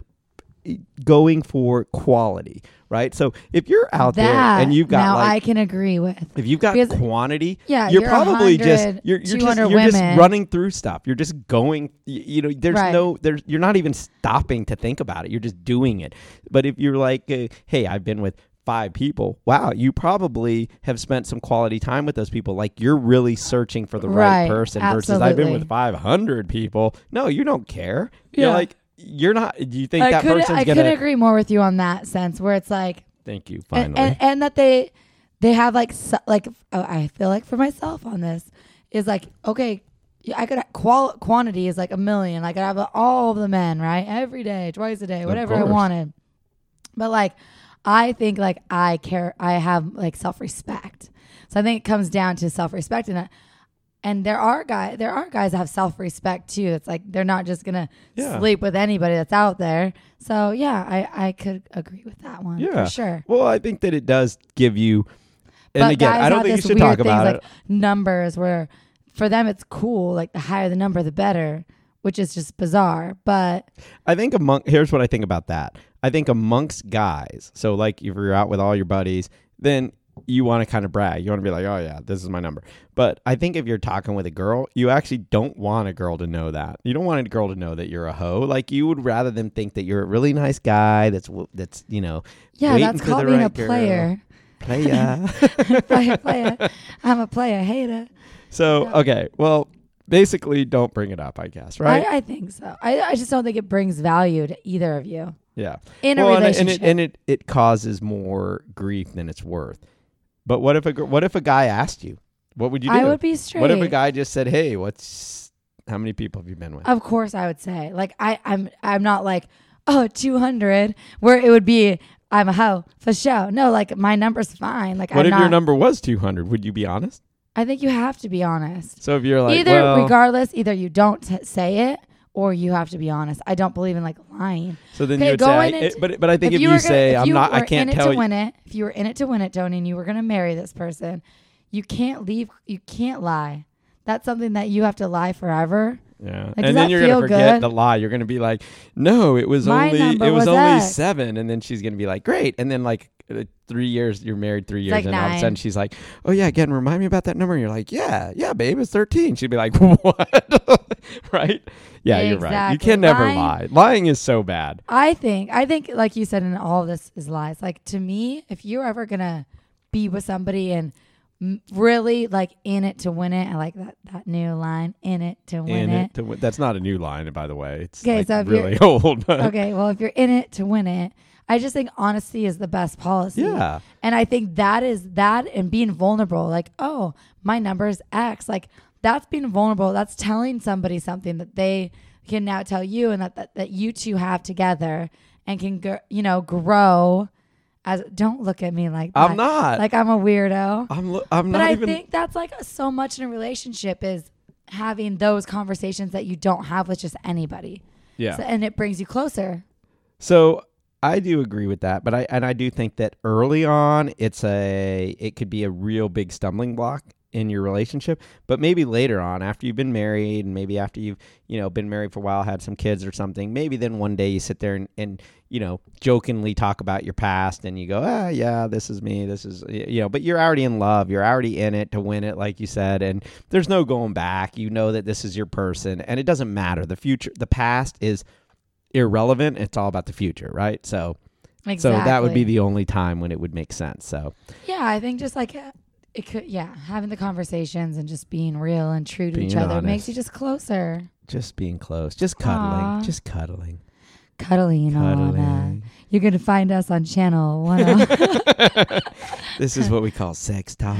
B: going for quality, right? So if you're out there
A: that
B: and you've got
A: now
B: like
A: I can agree with.
B: if you've got
A: Because-
B: quantity,
A: Yeah,
B: you're,
A: you're
B: probably just
A: 100,
B: you're you're, just,
A: 200
B: you're just
A: women.
B: running through stuff. You're just going. You, you know, there's
A: Right.
B: no there's you're not even stopping to think about it. You're just doing it. But if you're like, uh, hey, I've been with five people. Wow, you probably have spent some quality time with those people. Like you're really searching for the right,
A: Right,
B: person. Versus I've been
A: absolutely.
B: with 500 people. No, you don't care. You're
A: Yeah.
B: like you're not. Do you think
A: I
B: that
A: couldn't.
B: person's
A: I
B: gonna?
A: couldn't agree more with you on that sense, where it's like,
B: Thank you.
A: and,
B: Finally.
A: and and that they they have like so, like oh, I feel like for myself on this is like okay. yeah, I could ha- qual- quantity is like a million. I could have all of the men, right? Every day, twice a day, whatever I
B: course.
A: wanted. But like, I think like I care. I have like self respect. So I think it comes down to self respect, and I- and there are guys there are guys that have self respect too. It's like they're not just gonna
B: Yeah.
A: sleep with anybody that's out there. So yeah, I I could agree with that one
B: Yeah.
A: for sure.
B: Well, I think that it does give you. And
A: but
B: again,
A: guys
B: I don't
A: have
B: think you
A: this weird
B: should talk
A: things
B: about
A: like
B: it.
A: Numbers where for them it's cool. Like the higher the number, the better, which is just bizarre. But
B: I think among here's what I think about that. I think amongst guys, so like if you're out with all your buddies, then you want to kind of brag. You want to be like, oh yeah, this is my number. But I think if you're talking with a girl, you actually don't want a girl to know that. You don't want a girl to know that you're a hoe. Like you would rather them think that you're a really nice guy. That's w- that's you know.
A: yeah,
B: waiting
A: that's
B: for the
A: called being a
B: right girl.
A: player.
B: [laughs]
A: [laughs]
B: Player.
A: player, player. I'm a player hater.
B: so
A: Yeah.
B: okay, well, basically, don't bring it up. I guess right.
A: I, I think so. I, I just don't think it brings value to either of you
B: yeah.
A: in a
B: Well, and it-
A: relationship.
B: And, it, and it it causes more grief than it's worth. But what if a gr- what if a guy asked you? What would you do?
A: I would be straight.
B: what if a guy just said, "Hey, what's how many people have you been with?"
A: Of course, I would say like I I'm I'm not like oh 200 where it would be I'm a hoe for show. No, like my number's fine. Like
B: what
A: I'm
B: if
A: not.
B: your number was 200? Would you be honest?
A: I think you have to be honest.
B: So if you're like,
A: either
B: well,
A: regardless, either you don't t- say it or you have to be honest. I don't believe in like lying.
B: so then
A: okay,
B: you would
A: go
B: say, I,
A: in and-
B: it- but but I think if,
A: were
B: you,
A: gonna-
B: say,
A: if
B: "I'm
A: you
B: not, I
A: were in
B: can't
A: it
B: tell
A: to
B: you,"
A: win it, if you were in it to win it, Tony, and you were gonna marry this person, you can't leave. You can't lie. That's something that you have to lie forever.
B: yeah,
A: does
B: and then
A: that
B: you're gonna
A: feel
B: forget
A: good?
B: the lie. You're gonna be like, "No, it was
A: My
B: only
A: number
B: it was,
A: was
B: only
A: X.
B: seven. and then she's gonna be like, "Great," and then like. uh, Three years, you're married three years,
A: like
B: and all of a
A: nine.
B: sudden she's like, "Oh yeah, again, remind me about that number." And you're like, "Yeah, yeah, babe, it's 13." She'd be like, [laughs] "What?" [laughs] right? Yeah, you're right. You
A: Exactly.
B: can never
A: Lying-
B: lie. Lying is so bad.
A: I think, I think, like you said, in all of this is lies. Like to me, if you're ever gonna be with somebody and m- really like in it to win it, I like that that new line, in it to win
B: And
A: it.
B: it- to win- that's not a new line, by the way. It's
A: 'Kay,
B: like,
A: so if you're-
B: really [laughs] old.
A: [laughs] okay, well, if you're in it to win it, I just think honesty is the best policy.
B: Yeah.
A: And I think that is that and being vulnerable, like, oh, my number is X. Like, that's being vulnerable. That's telling somebody something that they can now tell you and that, that, that you two have together and can, gr- you know, grow as. Don't look at me like that.
B: I'm not.
A: Like, I'm a weirdo.
B: I'm. lo- I'm
A: But
B: not
A: I
B: even.
A: think that's like so much in a relationship is having those conversations that you don't have with just anybody.
B: yeah.
A: So, and it brings you closer.
B: So I do agree with that, but I and I do think that early on it's a it could be a real big stumbling block in your relationship, but maybe later on after you've been married and maybe after you've, you know, been married for a while, had some kids or something, maybe then one day you sit there and, and you know, jokingly talk about your past and you go, "Ah, yeah, this is me. This is y- you know, but you're already in love. You're already in it to win it like you said and there's no going back. You know that this is your person and it doesn't matter. The future, the past is irrelevant. It's all about the future, right? So
A: Exactly.
B: So that would be the only time when it would make sense. So
A: Yeah, I think just like uh, it could. Yeah, having the conversations and just being real and true to each
B: Being
A: other makes
B: honest.
A: you just closer.
B: just being close, just cuddling,
A: Aw.
B: just cuddling,
A: Cuddling, on. Uh,
B: cuddling.
A: you can find us on channel
B: [laughs]
A: one. oh
B: this is what we call sex
A: [laughs]
B: talk,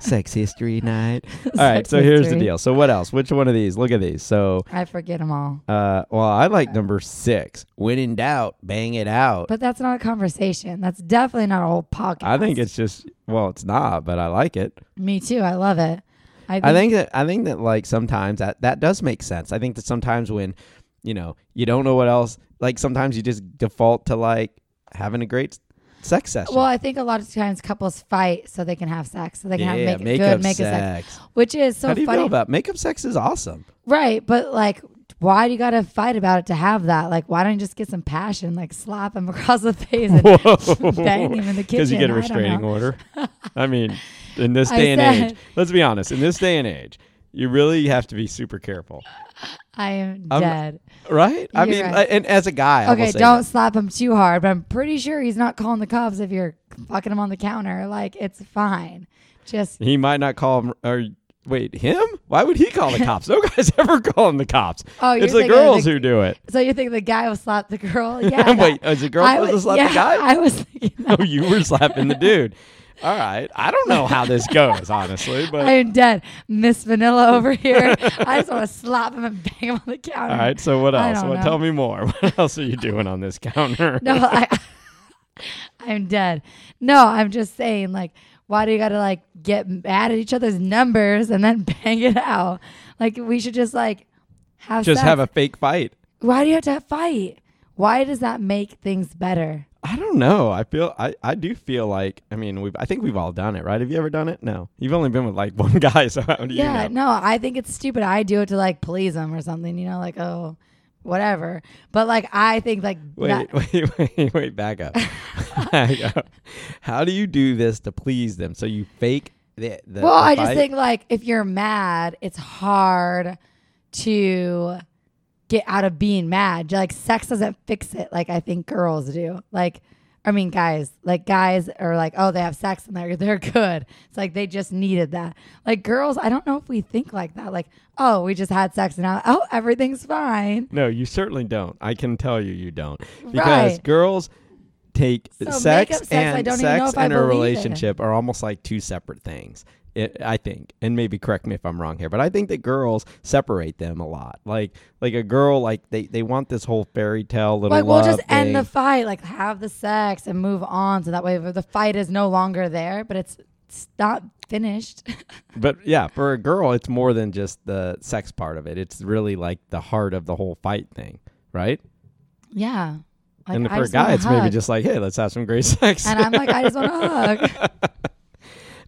B: sex history night. All right, so here's the deal. So what else? Which one of these? Look at these. So
A: I forget them all,
B: uh well, I like number 6. When in doubt, bang it out.
A: but that's not a conversation. That's definitely not a whole podcast.
B: I think it's just well, it's not, but I like it.
A: me too. I love it. I think,
B: I think that I think that like sometimes that that does make sense. I think that sometimes when you know you don't know what else, like sometimes you just default to like having a great s- sex session.
A: Well, I think a lot of times couples fight so they can have sex, so they can have make good make a sex,
B: sex.
A: which is so
B: How do you
A: funny,
B: feel about makeup? Sex
A: [laughs]
B: is awesome.
A: right? But like, why do you got to fight about it to have that? Like, why don't you just get some passion, like slap him [laughs] across the face and bang him
B: [laughs]
A: in the kitchen?
B: Because you get a
A: I don't know.
B: restraining order.
A: [laughs]
B: I mean, in this
A: I
B: day and
A: said-
B: age, let's be honest. In this day and age, you really have to be super careful,
A: I am
B: I'm-
A: dead.
B: right? I
A: You're
B: mean,
A: right.
B: I- and as a guy, I
A: okay,
B: will say
A: don't
B: that.
A: slap him too hard, but I'm pretty sure he's not calling the cops if you're fucking him on the counter. Like, it's fine. Just
B: He might not call him or wait, him? Why would
A: [laughs]
B: he call the cops? No guy's ever calling the cops.
A: Oh, you're
B: it's the
A: thinking of
B: girls
A: the-
B: who do it.
A: so you think the guy will slap the
B: [laughs]
A: girl? Yeah.
B: wait,
A: that-
B: is the girl
A: I
B: supposed to
A: was-
B: slap
A: yeah, [laughs]
B: the guy?
A: I was thinking that.
B: [laughs] oh, you were slapping the dude. All right. I don't know how this goes,
A: [laughs]
B: honestly, but
A: I am dead. Miss Vanilla over here.
B: [laughs]
A: I just want to slap him and bang him on the counter.
B: all right. So what
A: I
B: else?
A: don't
B: Well,
A: know.
B: tell me more. [laughs] What else are you doing on this counter?
A: No, I, [laughs] I'm dead. No, I'm just saying, like, why do you gotta like get mad at each other's numbers and then [laughs] bang it out? Like, we should just like have
B: [laughs] Just
A: sex.
B: have a fake fight.
A: Why do you have to fight? Why does that make things better?
B: I don't know. I feel I, I do feel like I mean we've I think we've all done it, right? Have you ever done it? No. You've only been with like [laughs] one guy, so how do you
A: yeah,
B: know?
A: no, I think it's stupid. I do it to like please them or something, you know, like oh, whatever. But like, I think like
B: Wait,
A: that-
B: wait, [laughs] wait, wait,
A: [laughs]
B: back up. Back up. How do you do this to please them? So you fake the, the
A: Well,
B: the
A: I just
B: fight?
A: think like if you're mad, it's hard to get out of being mad. Like sex doesn't fix it like I think girls do. Like I mean guys, like guys are like, oh, they have sex and they're they're good. It's like they just needed that. Like girls, I don't know if we think like that. Like, oh, we just had sex and now oh everything's fine.
B: No, you certainly don't. I can tell you, you don't because
A: Right.
B: girls take
A: So
B: sex,
A: makeup sex, I
B: and
A: don't even know
B: sex
A: if I
B: and a
A: believe it.
B: relationship are almost like two separate things. It, I think, and maybe correct me if I'm wrong here, but I think that girls separate them a lot. Like, like a girl, like they, they want this whole fairy tale little
A: Like we'll
B: love
A: just end the
B: thing.
A: fight, like have the sex and move on. So that way the fight is no longer there, but it's, it's not finished. [laughs]
B: But yeah, for a girl, it's more than just the sex part of it. It's really like the heart of the whole fight thing, right?
A: Yeah. Like,
B: and
A: I
B: for a
A: just want
B: guy,
A: a
B: it's maybe
A: hug.
B: just like, hey, let's have some great [laughs] sex.
A: And I'm like, I just
B: [laughs]
A: want a hug.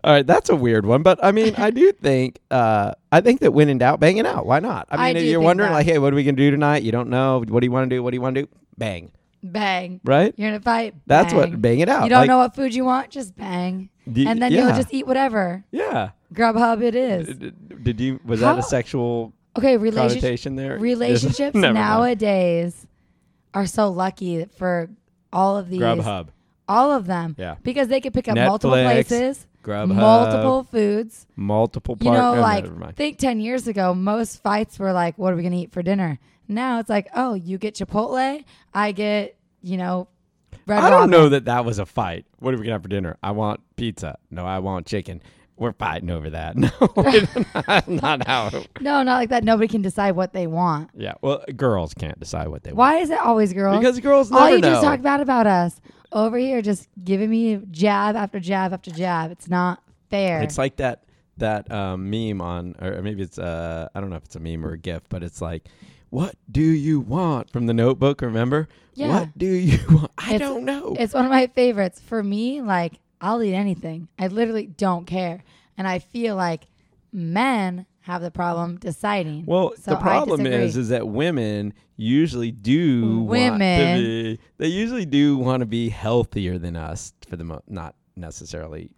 B: All right, that's a weird one, but I mean, I do think, uh, I think that when in doubt, bang it out. Why not? I
A: I
B: mean,
A: do
B: if you're
A: think
B: wondering,
A: that.
B: like, hey, what are we gonna do tonight? You don't know. What do you want to do? What do you want to do? Bang,
A: Bang.
B: right?
A: You're in a fight.
B: That's what
A: bang.
B: bang it out.
A: You don't
B: Like,
A: know what food you want, just bang.
B: Do-
A: and then
B: yeah.
A: you'll just eat whatever.
B: Yeah.
A: Grubhub it is.
B: D- d- Did you? Was that
A: How-
B: a sexual
A: Okay, relationship,
B: connotation there? [laughs]
A: relationships
B: Never mind.
A: nowadays are so lucky for all of these.
B: Grubhub,
A: All of them.
B: Yeah.
A: Because they could pick up multiple
B: Netflix,
A: places,
B: Grubhub,
A: multiple foods.
B: multiple
A: you
B: partners.
A: know, like
B: oh, never mind.
A: think ten years ago, most fights were like, "What are we gonna eat for dinner?" Now it's like, "Oh, you get Chipotle, I get you know, Red
B: I don't
A: Robin."
B: know that that was a fight. What are we gonna have for dinner? I want pizza. No, I want chicken. We're fighting over that. [laughs] No, not, not how. It,
A: No, not like that. Nobody can decide what they want.
B: yeah, well, girls can't decide what they want.
A: Why is it always girls?
B: Because girls never
A: all you
B: know.
A: do is talk bad about us over here, just giving me jab after jab after jab. It's not fair.
B: It's like that that um, meme on, or maybe it's uh, I don't know if it's a meme or a GIF, but it's like, "What do you want?" from The Notebook. Remember?
A: Yeah.
B: What do you [laughs] want? I
A: It's-
B: don't know.
A: It's one of my favorites. For me, like I'll eat anything. I literally don't care. And I feel like men have the problem deciding.
B: Well,
A: So
B: the
A: I
B: problem
A: disagree.
B: is, is that women usually do want to
A: Women.
B: be. They usually do want to be healthier than us for the mo- not necessarily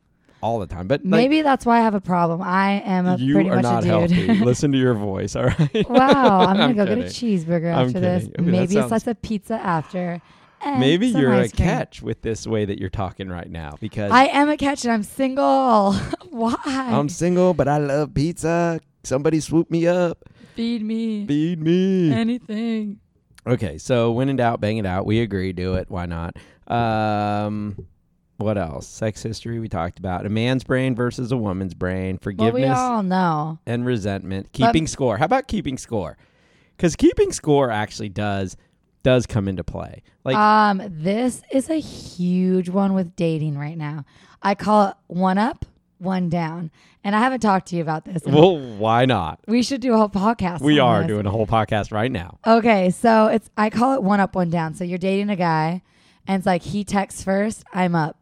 B: all the time, but like,
A: maybe that's why I have a problem. I am a
B: you
A: pretty
B: are
A: much
B: not
A: a dude. [laughs]
B: healthy. Listen to your voice, all right?
A: wow, I'm gonna
B: I'm
A: go get a
B: kidding.
A: cheeseburger
B: I'm
A: after this.
B: kidding. Ooh, that
A: maybe a
B: sounds-
A: slice of pizza after. and
B: Maybe
A: some
B: you're a
A: ice cream.
B: catch with this way that you're talking right now because
A: I am a catch and I'm single. [laughs] Why?
B: I'm single, but I love pizza. Somebody swoop me up,
A: Feed me
B: feed me.
A: anything.
B: Okay, so when in doubt, bang it out. We agree, do it. Why not? Um, what else? Sex history we talked about. A man's brain versus a woman's brain.
A: Well, we
B: Forgiveness
A: all know.
B: and resentment.
A: But-
B: Keeping score. How about keeping score? Because keeping score actually does does come into play. Like
A: um, this is a huge one with dating right now. I call it one up, one down. And I haven't talked to you about this.
B: Well, why not?
A: we should do a whole podcast.
B: We
A: on
B: are
A: this.
B: doing a whole podcast right now.
A: Okay, so it's I call it one up, one down. So you're dating a guy, and it's like he texts first, I'm up.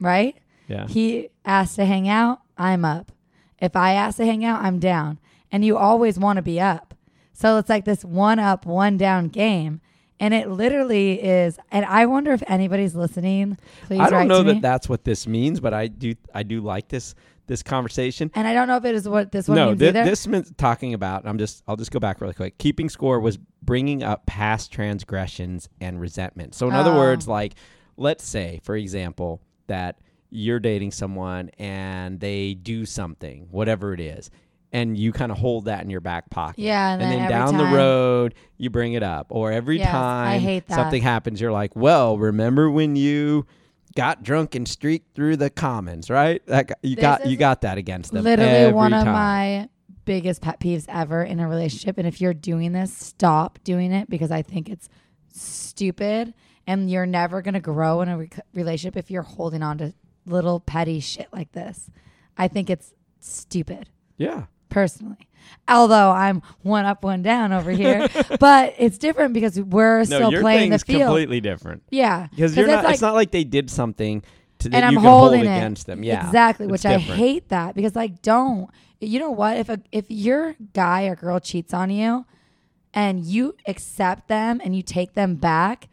A: Right?
B: Yeah.
A: He asks to hang out, I'm up. If I ask to hang out, I'm down. And you always want to be up. So it's like this one up, one down game. And it literally is. And I wonder if anybody's listening. Please
B: I don't
A: write
B: know
A: to
B: that
A: me.
B: that's what this means, but I do I do like this this conversation.
A: And I don't know if it is what this one
B: no,
A: means
B: thi-
A: either.
B: this means talking about. I'm just I'll just go back really quick. Keeping score was bringing up past transgressions and resentment. So in other
A: Oh.
B: words, like let's say for example that you're dating someone and they do something, whatever it is. And you kind of hold that in your back pocket.
A: Yeah, and then every
B: down
A: time-
B: the road you bring it up, or every
A: Yes, I
B: time
A: hate that.
B: something happens, you're like, "Well, remember when you got drunk and streaked through the commons, right? That g- you
A: This
B: got you
A: is
B: got that against them."
A: literally
B: every
A: one of
B: time.
A: my biggest pet peeves ever in a relationship and if you're doing this stop doing it because i think it's stupid and you're never going to grow in a rec relationship if you're holding on to little petty shit like this i think it's stupid
B: Yeah.
A: personally although i'm one up one down over
B: [laughs]
A: here but it's different because we're still playing the field
B: completely different
A: yeah
B: because you're
A: it's
B: not.
A: like-
B: it's not like they did something to, that
A: and I'm
B: you can
A: holding
B: hold
A: it
B: against them. Yeah,
A: exactly.
B: It's
A: Which I
B: different.
A: hate that because like, don't you know what? If a if your guy or girl cheats on you, and you accept them and you take them back,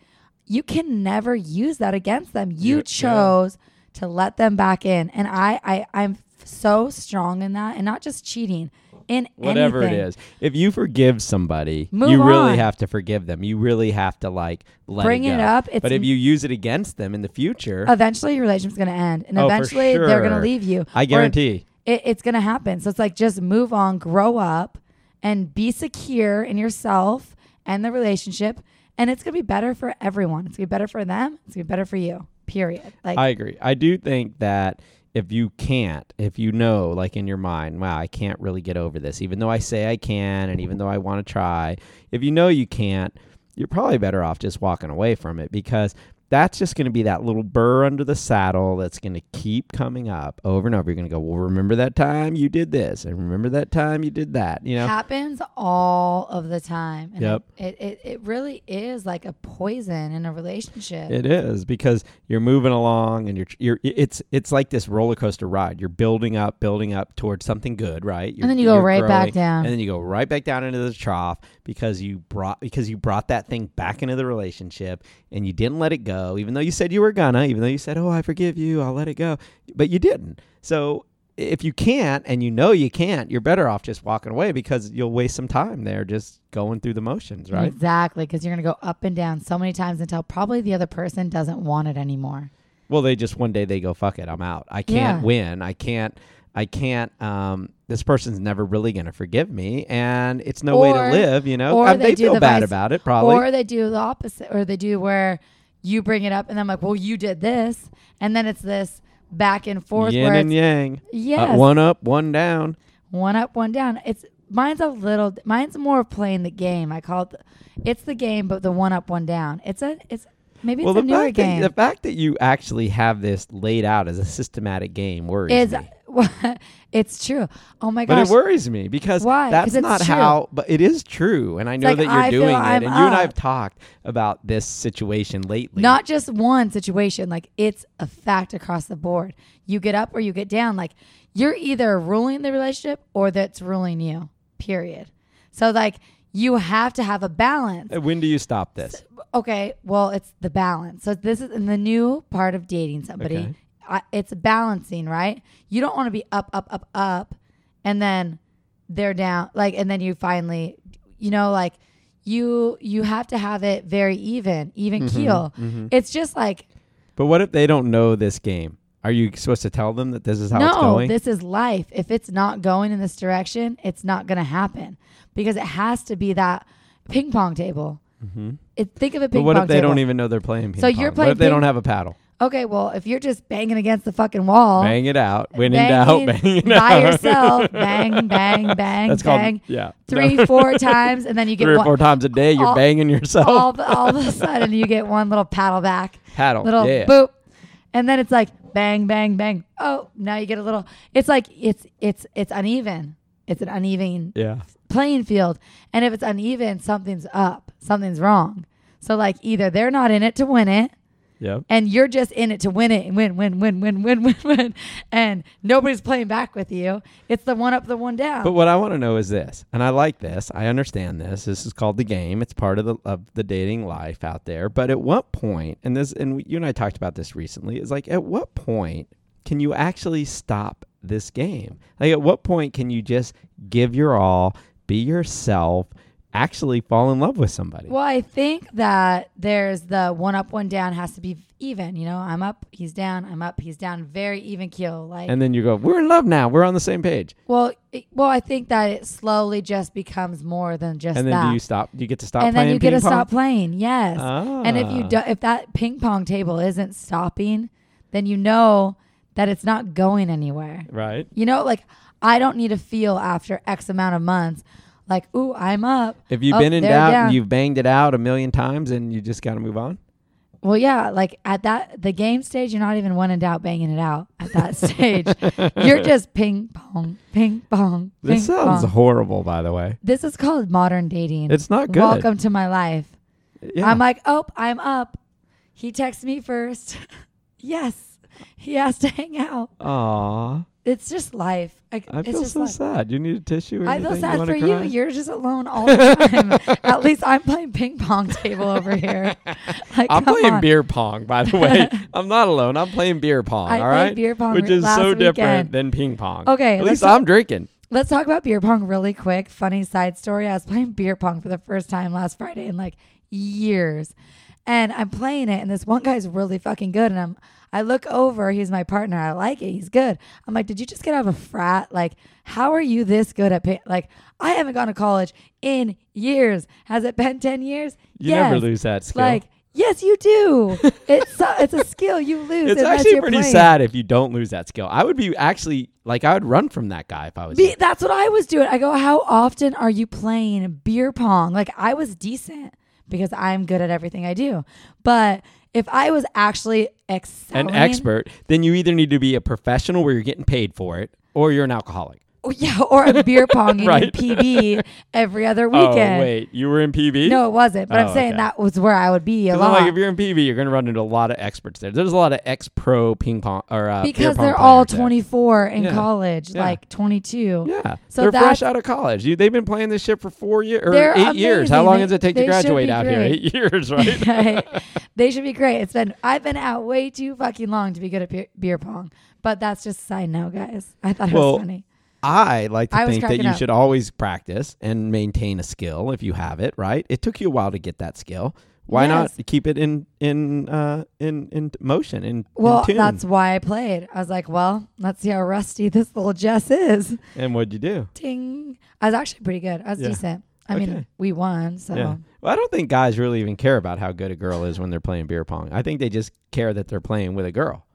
A: you can never use that against them. You
B: Yeah, yeah.
A: chose to let them back in, and I I I'm so strong in that, and not just cheating in
B: Whatever
A: anything.
B: it is, if you forgive somebody,
A: Move
B: you really
A: on.
B: have to forgive them. You really have to like let
A: Bring
B: it,
A: it
B: go.
A: up. It's
B: but if
A: n-
B: you use it against them in the future,
A: Eventually, your relationship's gonna end, and
B: Oh, for
A: eventually they're gonna
B: sure.
A: leave you.
B: I
A: Or-
B: guarantee.
A: it, it's gonna happen. So it's like just move on, grow up, and be secure in yourself and the relationship. And it's gonna be better for everyone. It's gonna be better for them. It's gonna be better for you. Period. Like
B: I agree. I do think that if you can't, if you know, like in your mind, wow, I can't really get over this, even though I say I can and even though I want to try, if you know you can't, you're probably better off just walking away from it because that's just going to be that little burr under the saddle that's going to keep coming up over and over. You're going to go, well, remember that time you did this and remember that time you did that, you know?
A: happens all of the time. And
B: Yep.
A: It, it it really is like a poison in a relationship.
B: It is because you're moving along and you're you're it's it's like this roller coaster ride. You're building up, building up towards something good, right? You're-
A: then you go
B: you're
A: right back down.
B: and then you go right back down into the trough because you brought because you brought that thing back into the relationship and you didn't let it go, even though you said you were gonna, even though you said, "Oh, I forgive you, I'll let it go," but you didn't. So if you can't and you know you can't, you're better off just walking away because you'll waste some time there just going through the motions, right?
A: Exactly, because you're gonna go up and down so many times until probably the other person doesn't want it anymore.
B: Well, they just one day they go, fuck it, I'm out. I can't
A: Yeah.
B: win. I can't. I can't. Um, this person's never really gonna forgive me, and it's no way to
A: Or-
B: live. You know,
A: or
B: Um,
A: they do
B: feel
A: the
B: bad
A: vice-
B: about it, probably.
A: Or they do the opposite, or they do where you bring it up and I'm like, well, you did this. And then it's this back and forth
B: Yin
A: where
B: and
A: it's,
B: yang. Uh,
A: yes, one.
B: one up, one down.
A: up, one down. It's mine's a little, mine's more of playing the game. I call it, the, it's the game, but the one up, one down. It's a, it's maybe
B: well,
A: it's a
B: the
A: newer
B: fact, that,
A: game.
B: the fact that you actually have this laid out as a systematic game worries
A: is
B: me.
A: it's [laughs] true. Oh my
B: But
A: gosh.
B: it worries me because
A: Why? 'Cause
B: that's
A: it's
B: not
A: true.
B: how. But it is true, and I know
A: like,
B: that you're
A: I feel
B: doing it.
A: I'm
B: and you and I
A: up.
B: have talked about this situation lately.
A: Not just one situation. Like it's a fact across the board. You get up or you get down. Like you're either ruling the relationship or that's ruling you. Period. So like you have to have a balance.
B: Uh, When do you stop this?
A: Okay, well it's the balance. So this is in the new part of dating somebody.
B: Okay.
A: I, it's balancing, right? You don't want to be up, up, up, up, and then they're down. Like and then you finally, you know, like you you have to have it very even, even keel. It's just like
B: But what if they don't know this game? Are you supposed to tell them that this is how it's
A: no,
B: going?
A: this is life. If it's not going in this direction, it's not going to happen because it has to be that ping pong table. It, think of a
B: Mm-hmm. but
A: ping
B: what
A: pong
B: if they
A: table.
B: don't even know they're playing ping
A: So you're
B: pong?
A: playing
B: what if they
A: ping-
B: don't have a paddle?
A: okay, well, if you're just banging against the fucking wall,
B: Bang
A: [laughs]
B: it out. When in doubt,
A: banging
B: bang it
A: by
B: out. [laughs]
A: yourself, bang, bang, bang,
B: That's called
A: bang,
B: yeah.
A: three, four
B: [laughs]
A: times, and then you get
B: Three or
A: one,
B: four times a day, you're
A: all-
B: banging yourself.
A: all, of- all of a sudden you get one little paddle back,
B: paddle.
A: little
B: Oh, yeah.
A: boop, and then it's like bang, bang, bang. Oh, now you get a little. It's like it's it's it's uneven. It's an uneven
B: Yeah.
A: playing field. And if it's uneven, something's up, something's wrong. So, like, either they're not in it to win it,
B: Yep.
A: and you're just in it to win it and win, win, win, win, win, [laughs] win, win. And nobody's playing back with you. It's the one up, the one down.
B: But what I want to know is this, and I like this. I understand this. This is called the game. It's part of the of the dating life out there. But at what point, and this, and you and I talked about this recently, is like at what point can you actually stop this game? Like at what point can you just give your all, be yourself, actually fall in love with somebody?
A: well, I think that there's the one up, one down has to be even. You know, I'm up, he's down, I'm up, he's down. Very even keel. Like,
B: and then you go, we're in love now. We're on the same page.
A: well, it, well, I think that it slowly just becomes more than just
B: And then
A: that.
B: do you stop? Do you get to stop
A: and
B: playing
A: then you get to
B: ping pong?
A: stop playing. Yes.
B: Ah.
A: And if you do, if that ping pong table isn't stopping, then you know that it's not going anywhere.
B: Right.
A: You know, like I don't need to feel after X amount of months, like ooh, I'm up.
B: If you've
A: Oh,
B: been in
A: they're
B: doubt
A: down.
B: and you've banged it out a million times and you just got to move on?
A: Well, yeah, like at that the game stage, you're not even one in doubt banging it out at
B: [laughs]
A: that stage. You're just ping pong, ping pong, ping
B: This sounds
A: pong.
B: horrible, by the way.
A: This is called modern dating.
B: It's not good.
A: Welcome to my life.
B: Yeah.
A: I'm like, oh, I'm up. He texts me first. [laughs] yes, he has to hang out.
B: Aw,
A: It's just life. I,
B: I
A: it's
B: feel
A: just
B: so
A: life.
B: sad. You need a tissue or
A: I
B: anything?
A: feel sad
B: wanna
A: for
B: cry?
A: you. You're just alone all
B: [laughs]
A: the time. At least I'm playing ping pong table over
B: [laughs]
A: here. Like,
B: I'm
A: come
B: playing
A: on.
B: beer pong, by the
A: [laughs]
B: way. [laughs] I'm not alone. I'm playing beer pong.
A: I
B: all
A: played
B: right,
A: beer pong
B: which
A: re-
B: is
A: last
B: so different
A: weekend.
B: than ping pong.
A: Okay,
B: at
A: let's
B: least
A: talk-
B: I'm drinking.
A: Let's talk about beer pong really quick. Funny side story. I was playing beer pong for the first time last Friday in like years. And I'm playing it and this one guy's really fucking good and I'm I look over, he's my partner. I like it. He's good. I'm like, "Did you just get out of a frat? Like, how are you this good at pay-? like I haven't gone to college in years. Has it been 10 years?"
B: You never lose that skill.
A: Like, yes, you do. it's a, it's a skill you lose.
B: it's
A: unless
B: actually
A: you're
B: pretty
A: playing.
B: sad if you don't lose that skill. I would be actually like I would run from that guy if I was.
A: Be-
B: you.
A: that's what I was doing. I go, how often are you playing beer pong? Like I was decent because I'm good at everything I do, but if I was actually excelling,
B: an expert, then you either need to be a professional where you're getting paid for it, or you're an alcoholic.
A: Oh, [laughs] yeah, or a beer ponging in
B: [laughs] Right.
A: PB every other
B: Oh
A: weekend.
B: wait, you were in PB.
A: No, it wasn't. But
B: Oh,
A: I'm saying
B: okay.
A: that was where I would be a
B: Because I'm
A: lot
B: like, if you're in PB, you're going to run into a lot of experts there. There's a lot of ex-pro ping pong or uh, beer
A: because
B: pong
A: they're all
B: players there.
A: 24 in
B: Yeah.
A: college,
B: Yeah.
A: like 22. [laughs]
B: Yeah,
A: So
B: they're fresh
A: that's-
B: out of college. You, they've been playing this shit for four years or
A: They're
B: eight years. How
A: amazing.
B: long
A: They-
B: does it take to
A: they should
B: graduate
A: be
B: out here?
A: great.
B: [laughs] Eight
A: [laughs]
B: years, right?
A: Right? they should be great. It's been I've been out way too fucking long to be good at beer, beer pong. But that's just a side note, guys. I thought it
B: Well,
A: was funny.
B: I like to
A: I was
B: think that
A: cracking
B: you
A: up.
B: should always practice and maintain a skill if you have it. Right? It took you a while to get that skill. Why
A: Yes.
B: not keep it in in uh, in in motion in,
A: Well,
B: in tune?
A: that's why I played. I was like, well, let's see how rusty this little Jess is.
B: and what'd you do?
A: Ding. I was actually pretty good. I was
B: Yeah.
A: decent. I
B: Okay.
A: mean, we won, so
B: Yeah. Well, I don't think guys really even care about how good a girl is when they're playing beer pong. I think they just care that they're playing with a girl.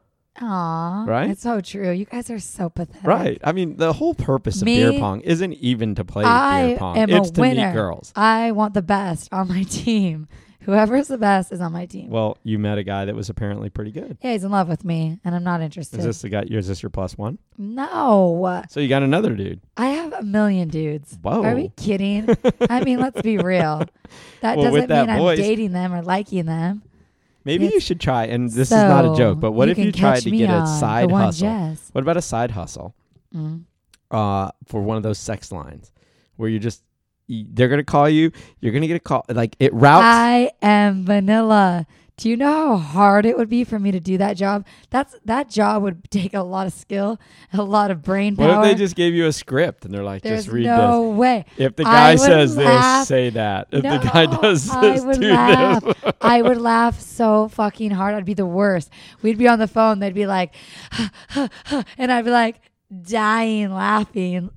A: Aw,
B: Right?
A: It's so true. You guys are so pathetic.
B: Right. I mean, the whole purpose of beer
A: Me-
B: pong isn't even to play
A: I
B: beer pong.
A: am
B: it's
A: a
B: to
A: winner.
B: meet girls.
A: I want the best on my team. Whoever's the best is on my team.
B: Well, you met a guy that was apparently pretty good.
A: yeah, he's in love with me, and I'm not interested.
B: Is this the guy? Is this your plus one?
A: no.
B: So you got another dude.
A: I have a million dudes.
B: Whoa.
A: Are we kidding? I mean, let's be
B: [laughs]
A: real. That
B: Well,
A: doesn't
B: with that
A: mean
B: voice-
A: I'm dating them or liking them.
B: Maybe you
A: Yes.
B: should try. And this is not a
A: So,
B: joke, but what if
A: can
B: you tried
A: catch
B: to
A: me
B: get a
A: on
B: side
A: the one
B: hustle?
A: Jess.
B: What about a side hustle
A: Mm.
B: uh, for one of those sex lines where you're just they're gonna call you. You're gonna get a call. Like it routes.
A: I am vanilla. Do you know how hard it would be for me to do that job? That's that job would take a lot of skill, a lot of brain
B: What
A: power.
B: if they just gave you a script and they're like,
A: There's
B: just read
A: no way.
B: this? If the
A: I
B: guy
A: would
B: says
A: laugh.
B: this, say that. If
A: no,
B: the guy does
A: I
B: this,
A: would
B: do [laughs]
A: laugh.
B: this.
A: I would laugh so fucking hard. I'd be the worst. We'd be on the phone. They'd be like, [laughs] and I'd be like dying laughing.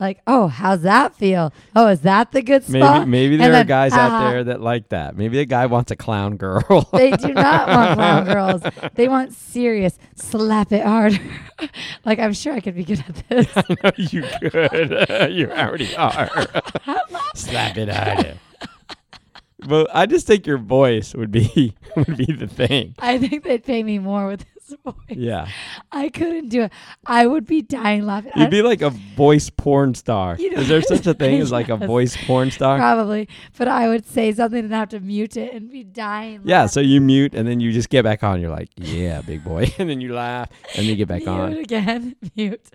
A: Like, oh, how's that feel? Oh, is that the good spot?
B: Maybe maybe
A: And
B: there are
A: then,
B: guys
A: "Ah."
B: out there [laughs] that like that. Maybe the guy wants a clown girl. [laughs]
A: They do not want clown girls. They want serious. Slap it harder. [laughs] like I'm sure I could be good at this.
B: [laughs] I know you could. [laughs] you already
A: [laughs]
B: are. Slap it out of But I just think your voice would be [laughs] would be the thing.
A: I think they'd pay me more with this voice.
B: Yeah.
A: I couldn't do it. I would be dying laughing. I-
B: You'd be like a voice porn star.
A: You know-
B: Is there such a thing as like a
A: Yes.
B: voice porn star?
A: Probably, but I would say something and have to mute it and be dying.
B: Yeah,
A: laughing.
B: so you mute and then you just get back on. You're like, yeah, big boy. [laughs] And then you laugh and you get back
A: mute
B: on.
A: again, [laughs] mute.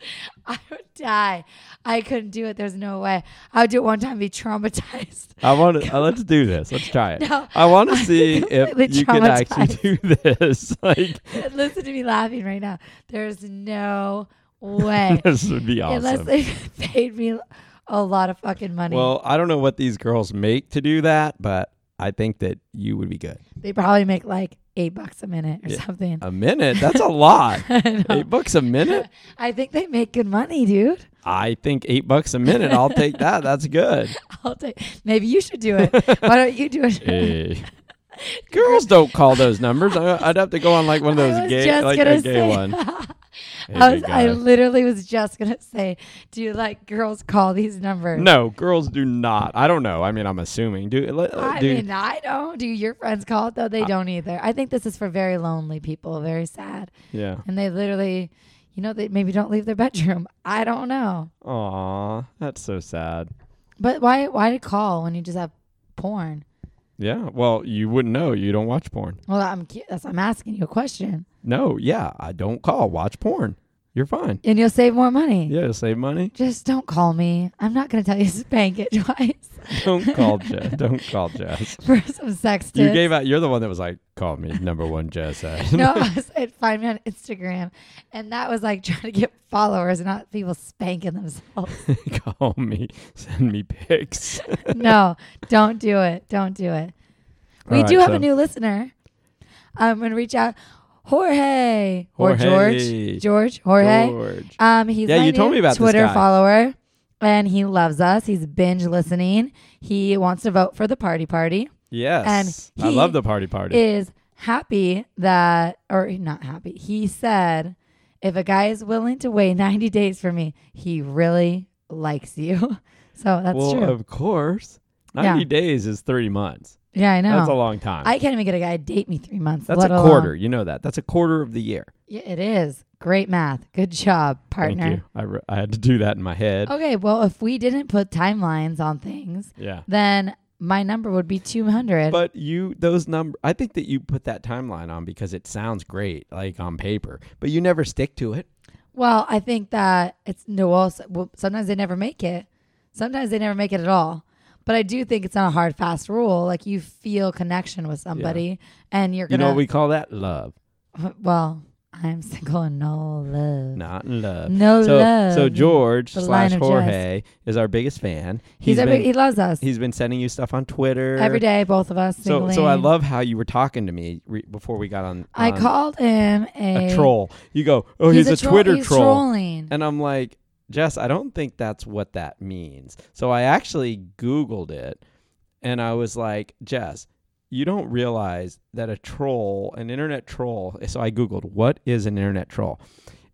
A: I would die. I couldn't do it. There's no way. I would do it one time, and be traumatized. [laughs]
B: I want to, uh, let's do this. Let's try it.
A: No,
B: I want to
A: [laughs] I'm
B: see if
A: completely
B: you can actually do [laughs] this. Like,
A: Listen to me laughing right now. There's no
B: [laughs]
A: way.
B: this would be
A: Unless
B: awesome.
A: they [laughs] paid me a lot of fucking money.
B: Well, I don't know what these girls make to do that, but I think that you would be good.
A: they probably make like eight bucks a minute or
B: Yeah.
A: something.
B: A minute? That's a lot.
A: [laughs] I know.
B: eight bucks a minute?
A: I think they make good money, dude.
B: I think eight bucks a minute.
A: [laughs]
B: I'll take that. That's good.
A: I'll take. Maybe you should
B: [laughs]
A: do it. Why don't you do it? [laughs]
B: Hey. Girls don't call those numbers. I, I'd have to go on like one of
A: I
B: those
A: was
B: gay,
A: just
B: like
A: gonna
B: a gay
A: say- [laughs]
B: one.
A: I, was,
B: Hey,
A: I
B: guys.
A: literally was just gonna say, do you like girls call these numbers?
B: No, girls do not. I don't know. I mean, I'm assuming. Do le-
A: I
B: do
A: mean, I don't. Do your friends call it though? They don't either. I think this is for very lonely people, very sad,
B: yeah.
A: and they literally, you know, they maybe don't leave their [laughs] bedroom. I don't know.
B: Aw, that's so sad.
A: But why? Why to call when you just have porn?
B: Yeah. Well, you wouldn't know. You don't watch porn.
A: Well, I'm cu- that's I'm asking you a question,
B: No. Yeah. I don't call. Watch porn. You're fine.
A: and you'll save more money.
B: Yeah. Save money. [laughs]
A: Just don't call me. I'm not gonna tell you to spank it [laughs] twice [laughs]
B: Don't call Jess. Don't call Jess.
A: for some sex
B: You
A: tips.
B: gave out. You're the one that was like, call me number one Jess.
A: [laughs] no, I said find me on Instagram, and that was like [laughs] trying to get followers, not people spanking themselves.
B: [laughs] [laughs] call me. Send me pics.
A: no, don't do it. Don't do it. We
B: All right,
A: do have
B: so-
A: a new listener. I'm gonna reach out, Jorge, or
B: Jorge.
A: George, George, Jorge.
B: George.
A: Um, he's
B: Yeah,
A: my
B: you told
A: new
B: me about this
A: Twitter
B: guy.
A: follower, and he loves us. He's binge listening. He wants to vote for the party party.
B: Yes.
A: and
B: I
A: he
B: love the party party.
A: is happy that, or not happy. He said, if a guy is willing to wait 90 days for me, he really likes you. [laughs] So that's
B: well, uh,
A: true.
B: of course.
A: Yeah.
B: 90 days is three months.
A: yeah, I know.
B: That's a long time.
A: I can't even get a guy to date me three months.
B: That's
A: let
B: a
A: alone-
B: quarter. You know that. That's a quarter of the year.
A: Yeah, it is. Great math. Good job, partner.
B: Thank you. I, re- I had to do that in my head.
A: Okay, well, if we didn't put timelines on things,
B: Yeah.
A: then my number would be 200.
B: But you, those number, I think that you put that timeline on because it sounds great, like on paper, but you never stick to it.
A: Well, I think that it's no. Well, s- well, sometimes they never make it. Sometimes they never make it at all. But I do think it's not a hard fast rule. Like you feel connection with somebody, and you're
B: You know
A: gonna.
B: what we call that? Love.
A: [laughs] well, I'm single and no love.
B: Not in love.
A: No
B: so,
A: love.
B: So George
A: The
B: slash
A: line of
B: Jorge is our biggest fan.
A: he's, a
B: been,
A: big, he loves us
B: he's been sending you stuff on Twitter.
A: every day. Both of us.
B: So,
A: Singling.
B: so I love how you were talking to me re- before we got on.
A: I
B: on
A: called him a,
B: a troll. You go, oh, he's, a,
A: troll-
B: Twitter
A: he's
B: troll.
A: Trolling.
B: And I'm like, Jess, I don't think that's what that means. So I actually Googled it and I was like, Jess, you don't realize that a troll, an internet troll, so I Googled, what is an internet troll?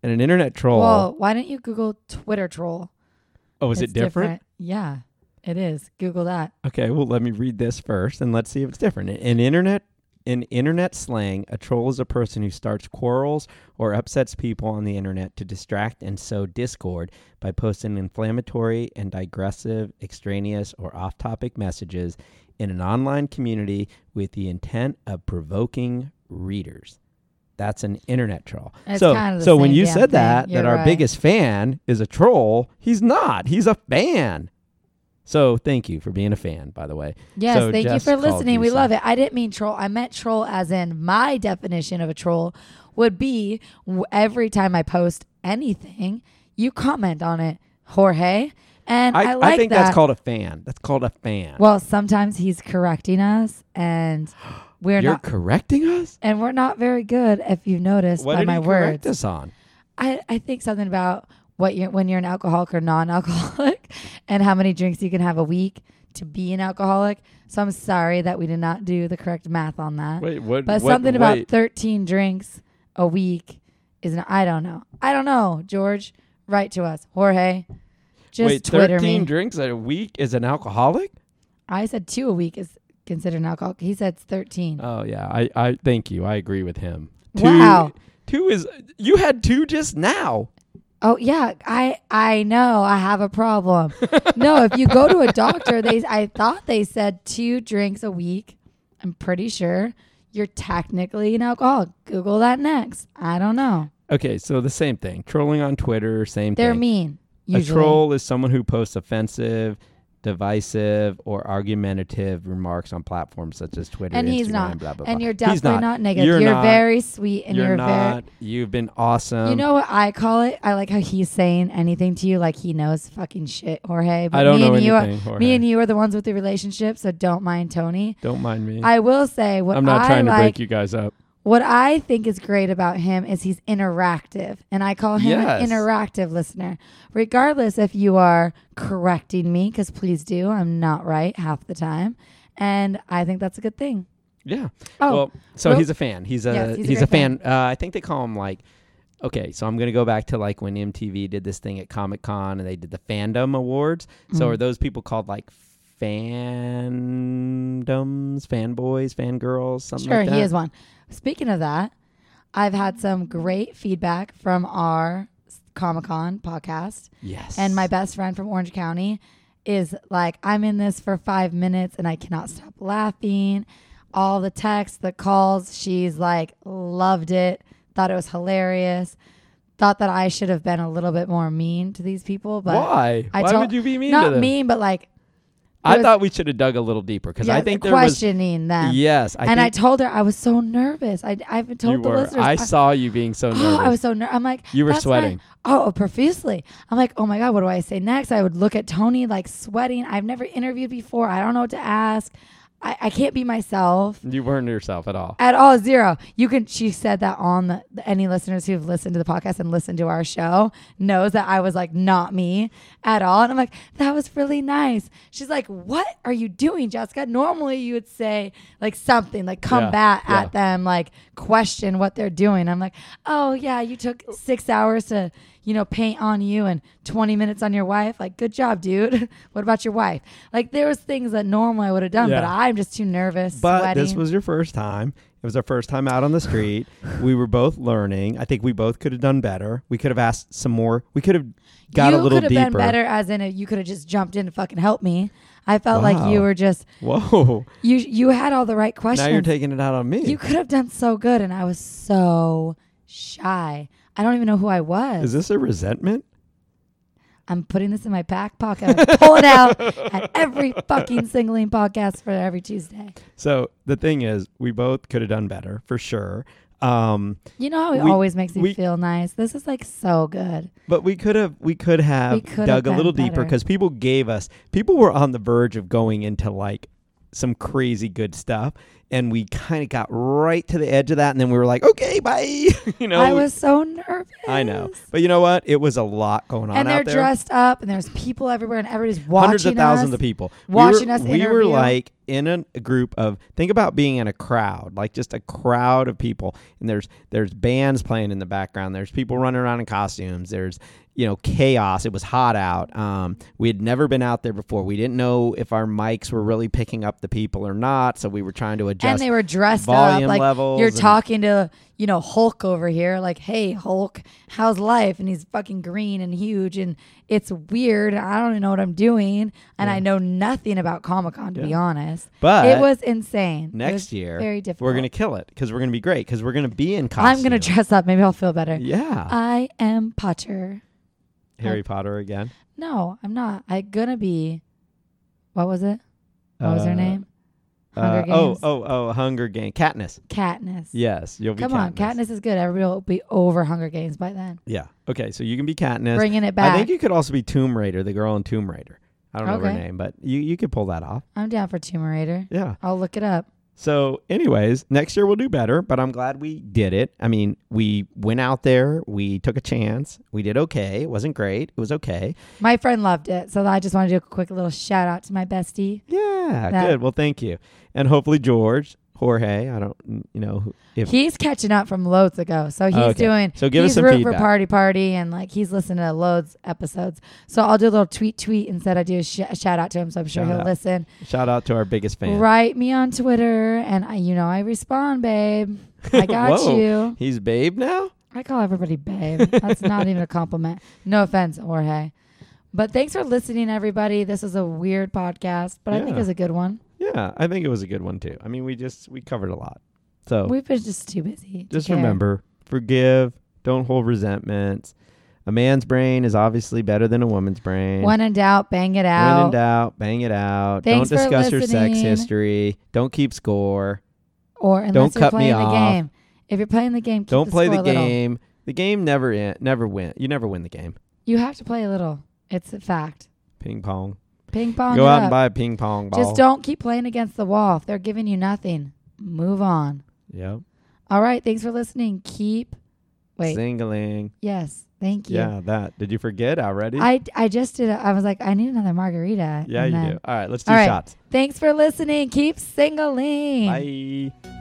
B: And an internet troll,
A: Well, why don't you Google Twitter troll?
B: oh, is
A: It's
B: it different?
A: Yeah, it is. Google that.
B: Okay, well, let me read this first and let's see if it's different. In internet, in internet slang, a troll is a person who starts quarrels or upsets people on the internet to distract and sow discord by posting inflammatory and digressive, extraneous, or off topic messages in an online community with the intent of provoking readers. That's an internet troll.
A: It's
B: so,
A: kinda the
B: so when
A: same
B: you
A: damn
B: said
A: thing.
B: that,
A: You're
B: that our
A: right.
B: biggest fan is a troll, he's not. He's a fan. So thank you for being a fan, by the way.
A: Yes,
B: So
A: thank you
B: Jess
A: for
B: called
A: listening.
B: you
A: We
B: some-
A: love it. I didn't mean troll. I meant troll as in my definition of a troll would be w- every time I post anything, you comment on it, Jorge. And I,
B: I,
A: like
B: I think
A: that.
B: that's called a fan. That's called a fan.
A: well, sometimes he's correcting us and we're
B: [gasps] You're
A: not
B: correcting us.
A: and we're not very good if you noticed
B: What
A: by
B: did
A: my
B: you
A: words.
B: correct us on?
A: I, I think something about what you're when you're an alcoholic or non-alcoholic [laughs] and how many drinks you can have a week to be an alcoholic. So I'm sorry that we did not do the correct math on that.
B: Wait, what?
A: but
B: what-
A: something about
B: wait.
A: 13 drinks a week is an I don't know. I don't know, George. Write to us. Jorge. Just
B: wait,
A: Twitter
B: thirteen
A: me.
B: drinks a week is an alcoholic.
A: I said 2 a week is considered an alcoholic. He said it's 13.
B: Oh yeah, I, I thank you. I agree with him.
A: Wow.
B: two is you had two just now.
A: Oh yeah, I I know I have a problem. no, if you go to a doctor, they I thought they said two drinks a week. I'm pretty sure you're technically an alcoholic. Google that next. I don't know.
B: Okay, so the same thing. Trolling on Twitter, same
A: They're
B: thing.
A: mean usually.
B: A troll is someone who posts offensive, divisive, or argumentative remarks on platforms such as Twitter,
A: and he's
B: Instagram,
A: not.
B: blah blah blah.
A: and you're
B: He's
A: definitely not. negative.
B: You're,
A: You're,
B: not.
A: very sweet and
B: you're,
A: you're,
B: not. um, You've been awesome.
A: very. You know what I call it? I like how he's saying anything to you like he knows fucking shit, Jorge. But
B: I don't
A: me
B: know
A: and you
B: anything.
A: are,
B: Jorge.
A: me and you are the ones with the relationship, so don't mind Tony.
B: don't mind me.
A: I will say what
B: I'm not
A: I
B: trying
A: like,
B: to break you guys up.
A: What I think is great about him is he's interactive, and I call him
B: Yes.
A: an interactive listener. Regardless if you are correcting me, because please do, I'm not right half the time, and I think that's a good thing.
B: Yeah.
A: Oh,
B: well, so
A: well-
B: he's a fan. He's a
A: Yes, he's
B: he's,
A: a
B: a,
A: great
B: fan. Uh, I think they call him like. Okay, so I'm gonna go back to like when MTV did this thing at Comic Con and they did the fandom awards.
A: Mm-hmm.
B: So are those people called like fandoms, fanboys, fangirls, something
A: sure,
B: like that?
A: he is one. Speaking of that, I've had some great feedback from our Comic Con podcast.
B: Yes.
A: And my best friend from Orange County is like, I'm in this for five minutes and I cannot stop laughing. All the texts, the calls, she's like, loved it, thought it was hilarious, thought that I should have been a little bit more mean to these people. But
B: why?
A: I
B: why
A: told-
B: would you be mean to
A: Not
B: them?
A: mean, but like,
B: I
A: was-
B: thought we should have dug a little deeper because
A: yeah,
B: I think there
A: questioning
B: was.
A: them.
B: Yes, I
A: and I
B: think
A: told her I was so nervous. I, I even told
B: you
A: the
B: were.
A: listeners.
B: I
A: I-
B: saw you being so nervous.
A: Oh, [laughs] [gasps] I was so nervous. I'm like,
B: You were
A: "That's not-"
B: sweating.
A: oh, profusely. I'm like, oh my god, what do I say next? I would look at Tony like sweating. I've never interviewed before. I don't know what to ask. I, I can't be myself
B: you weren't yourself at all.
A: at all. Zero. You can. She said that on the any listeners who've listened to the podcast and listened to our show knows that I was like not me at all. And I'm like, that was really nice. She's like, what are you doing, Jessica? Normally you would say like something like combat
B: yeah.
A: at them, like question what they're doing. I'm like, oh yeah, you took six hours to you know paint on you and 20 minutes on your wife. Like, good job, dude. [laughs] what about your wife? Like, there was things that normally I would have done, but
B: Yeah.
A: I'm just too nervous.
B: But
A: sweating.
B: this was your first time. It was our first time out on the street. we were both learning. I think we both could have done better. We could have asked some more. We could have got
A: you
B: a little
A: could have
B: deeper.
A: been better as in if you could have just jumped in and fucking helped me. I felt
B: Wow.
A: like you were just
B: Whoa!
A: you you had all the right
B: Now you're
A: questions.
B: taking it out on me.
A: you could have done so good and I was so shy. I don't even know who I was.
B: Is this a resentment?
A: I'm putting this in my back pocket. I pull it out [laughs] at every fucking singling podcast for every Tuesday.
B: So the thing is, we both could have done better for sure. Um,
A: You know how it
B: We-
A: always makes me
B: we-
A: feel nice. This is like so good.
B: But we could have we could have
A: We could have
B: dug a little
A: been
B: deeper
A: better.
B: because people gave us people were on the verge of going into like some crazy good stuff, and we kind of got right to the edge of that, and then we were like, okay, bye. [laughs] you know,
A: I was so nervous.
B: I know, but you know what? It was a lot going on
A: And they're
B: out there.
A: dressed up and there's people everywhere and everybody's watching
B: Hundreds of thousands
A: us.
B: of people
A: watching
B: we were,
A: us
B: We were
A: interview.
B: like in a, a group of think about being in a crowd, like just a crowd of people, and there's there's bands playing in the background. There's people running around in costumes. There's you know chaos. It was hot out. Um, we had never been out there before. We didn't know if our mics were really picking up the people or not, so we were trying to adjust.
A: and they were dressed up
B: volume
A: like
B: levels
A: you're
B: and-
A: talking to you know Hulk over here like hey Hulk how's life and he's fucking green and huge and it's weird I don't even know what I'm doing and I know nothing about Comic Con to be honest
B: But
A: it was insane It
B: next
A: was
B: year,
A: very difficult
B: we're gonna kill it because we're gonna be great because we're gonna be in costume.
A: I'm gonna Uh, dress up maybe I'll feel better
B: Yeah,
A: I am Potter
B: Harry Potter again.
A: no I'm not I'm gonna be What was it? What was her
B: Uh,
A: name?
B: uh,
A: Hunger Games.
B: Oh, oh, oh, Hunger Game. Katniss.
A: Katniss.
B: Yes, you'll be
A: Come
B: Katniss.
A: on, Katniss is good. Everybody will be over Hunger Games by then.
B: Yeah. Okay, so you can be Katniss.
A: Bringing it
B: I
A: back.
B: think you could also be Tomb Raider, the girl in Tomb Raider. I don't know her
A: Okay.
B: name, but you you could pull that off.
A: I'm down for Tomb Raider.
B: Yeah.
A: I'll look it up.
B: So, anyways, next year we'll do better, but I'm glad we did it. I mean, we went out there, we took a chance, we did okay. It wasn't great, it was okay.
A: My friend loved it, so I just want to do a quick little shout out to my bestie.
B: Yeah,
A: That-
B: good. Well, thank you. And hopefully, George, Jorge, I don't, you know, who- if
A: He's catching up from loads ago, so he's
B: Okay.
A: doing.
B: So give us
A: he's
B: some
A: root
B: feedback.
A: for party party, and like he's listened to loads episodes. So I'll do a little tweet tweet instead. I do a sh- shout out to him, so I'm sure
B: Shout
A: he'll
B: out.
A: listen.
B: shout out to our biggest fan.
A: Write me on Twitter, and I, you know I respond, babe.
B: [laughs]
A: I got
B: Whoa.
A: you.
B: He's babe now?
A: I call everybody babe. That's not even a compliment. No offense, Jorge. But thanks for listening, everybody. This is a weird podcast, but I think
B: Yeah.
A: it's a good one.
B: Yeah, I think it was a good one too. I mean, we just, we covered a lot. So,
A: We've been just too busy. to
B: Oh. just
A: care.
B: remember forgive, don't hold resentments. A man's brain is obviously better than a woman's brain.
A: When in doubt, bang it out.
B: When in doubt, bang it out.
A: Thanks
B: don't
A: for
B: discuss your sex
A: listening.
B: history. Don't keep score.
A: Or unless
B: Don't
A: you're
B: cut me
A: playing the
B: off.
A: game. If you're playing the game, keep
B: don't
A: the
B: play the
A: score little.
B: game. The game never in, never win. You never win the game.
A: You have to play a little. It's a fact.
B: Ping pong.
A: Ping pong.
B: Go
A: it
B: out
A: up.
B: and buy a ping pong ball.
A: Just don't keep playing against the wall. If they're giving you nothing, move on.
B: Yep.
A: All right. Thanks for listening. Keep. Wait.
B: Singling.
A: Yes. Thank you.
B: Yeah, that. Did you forget already?
A: I, I just did. A, I was like, I need another margarita.
B: yeah,
A: and
B: you
A: then-
B: do. All right, let's do
A: All right.
B: shots.
A: Thanks for listening. Keep singling.
B: Bye.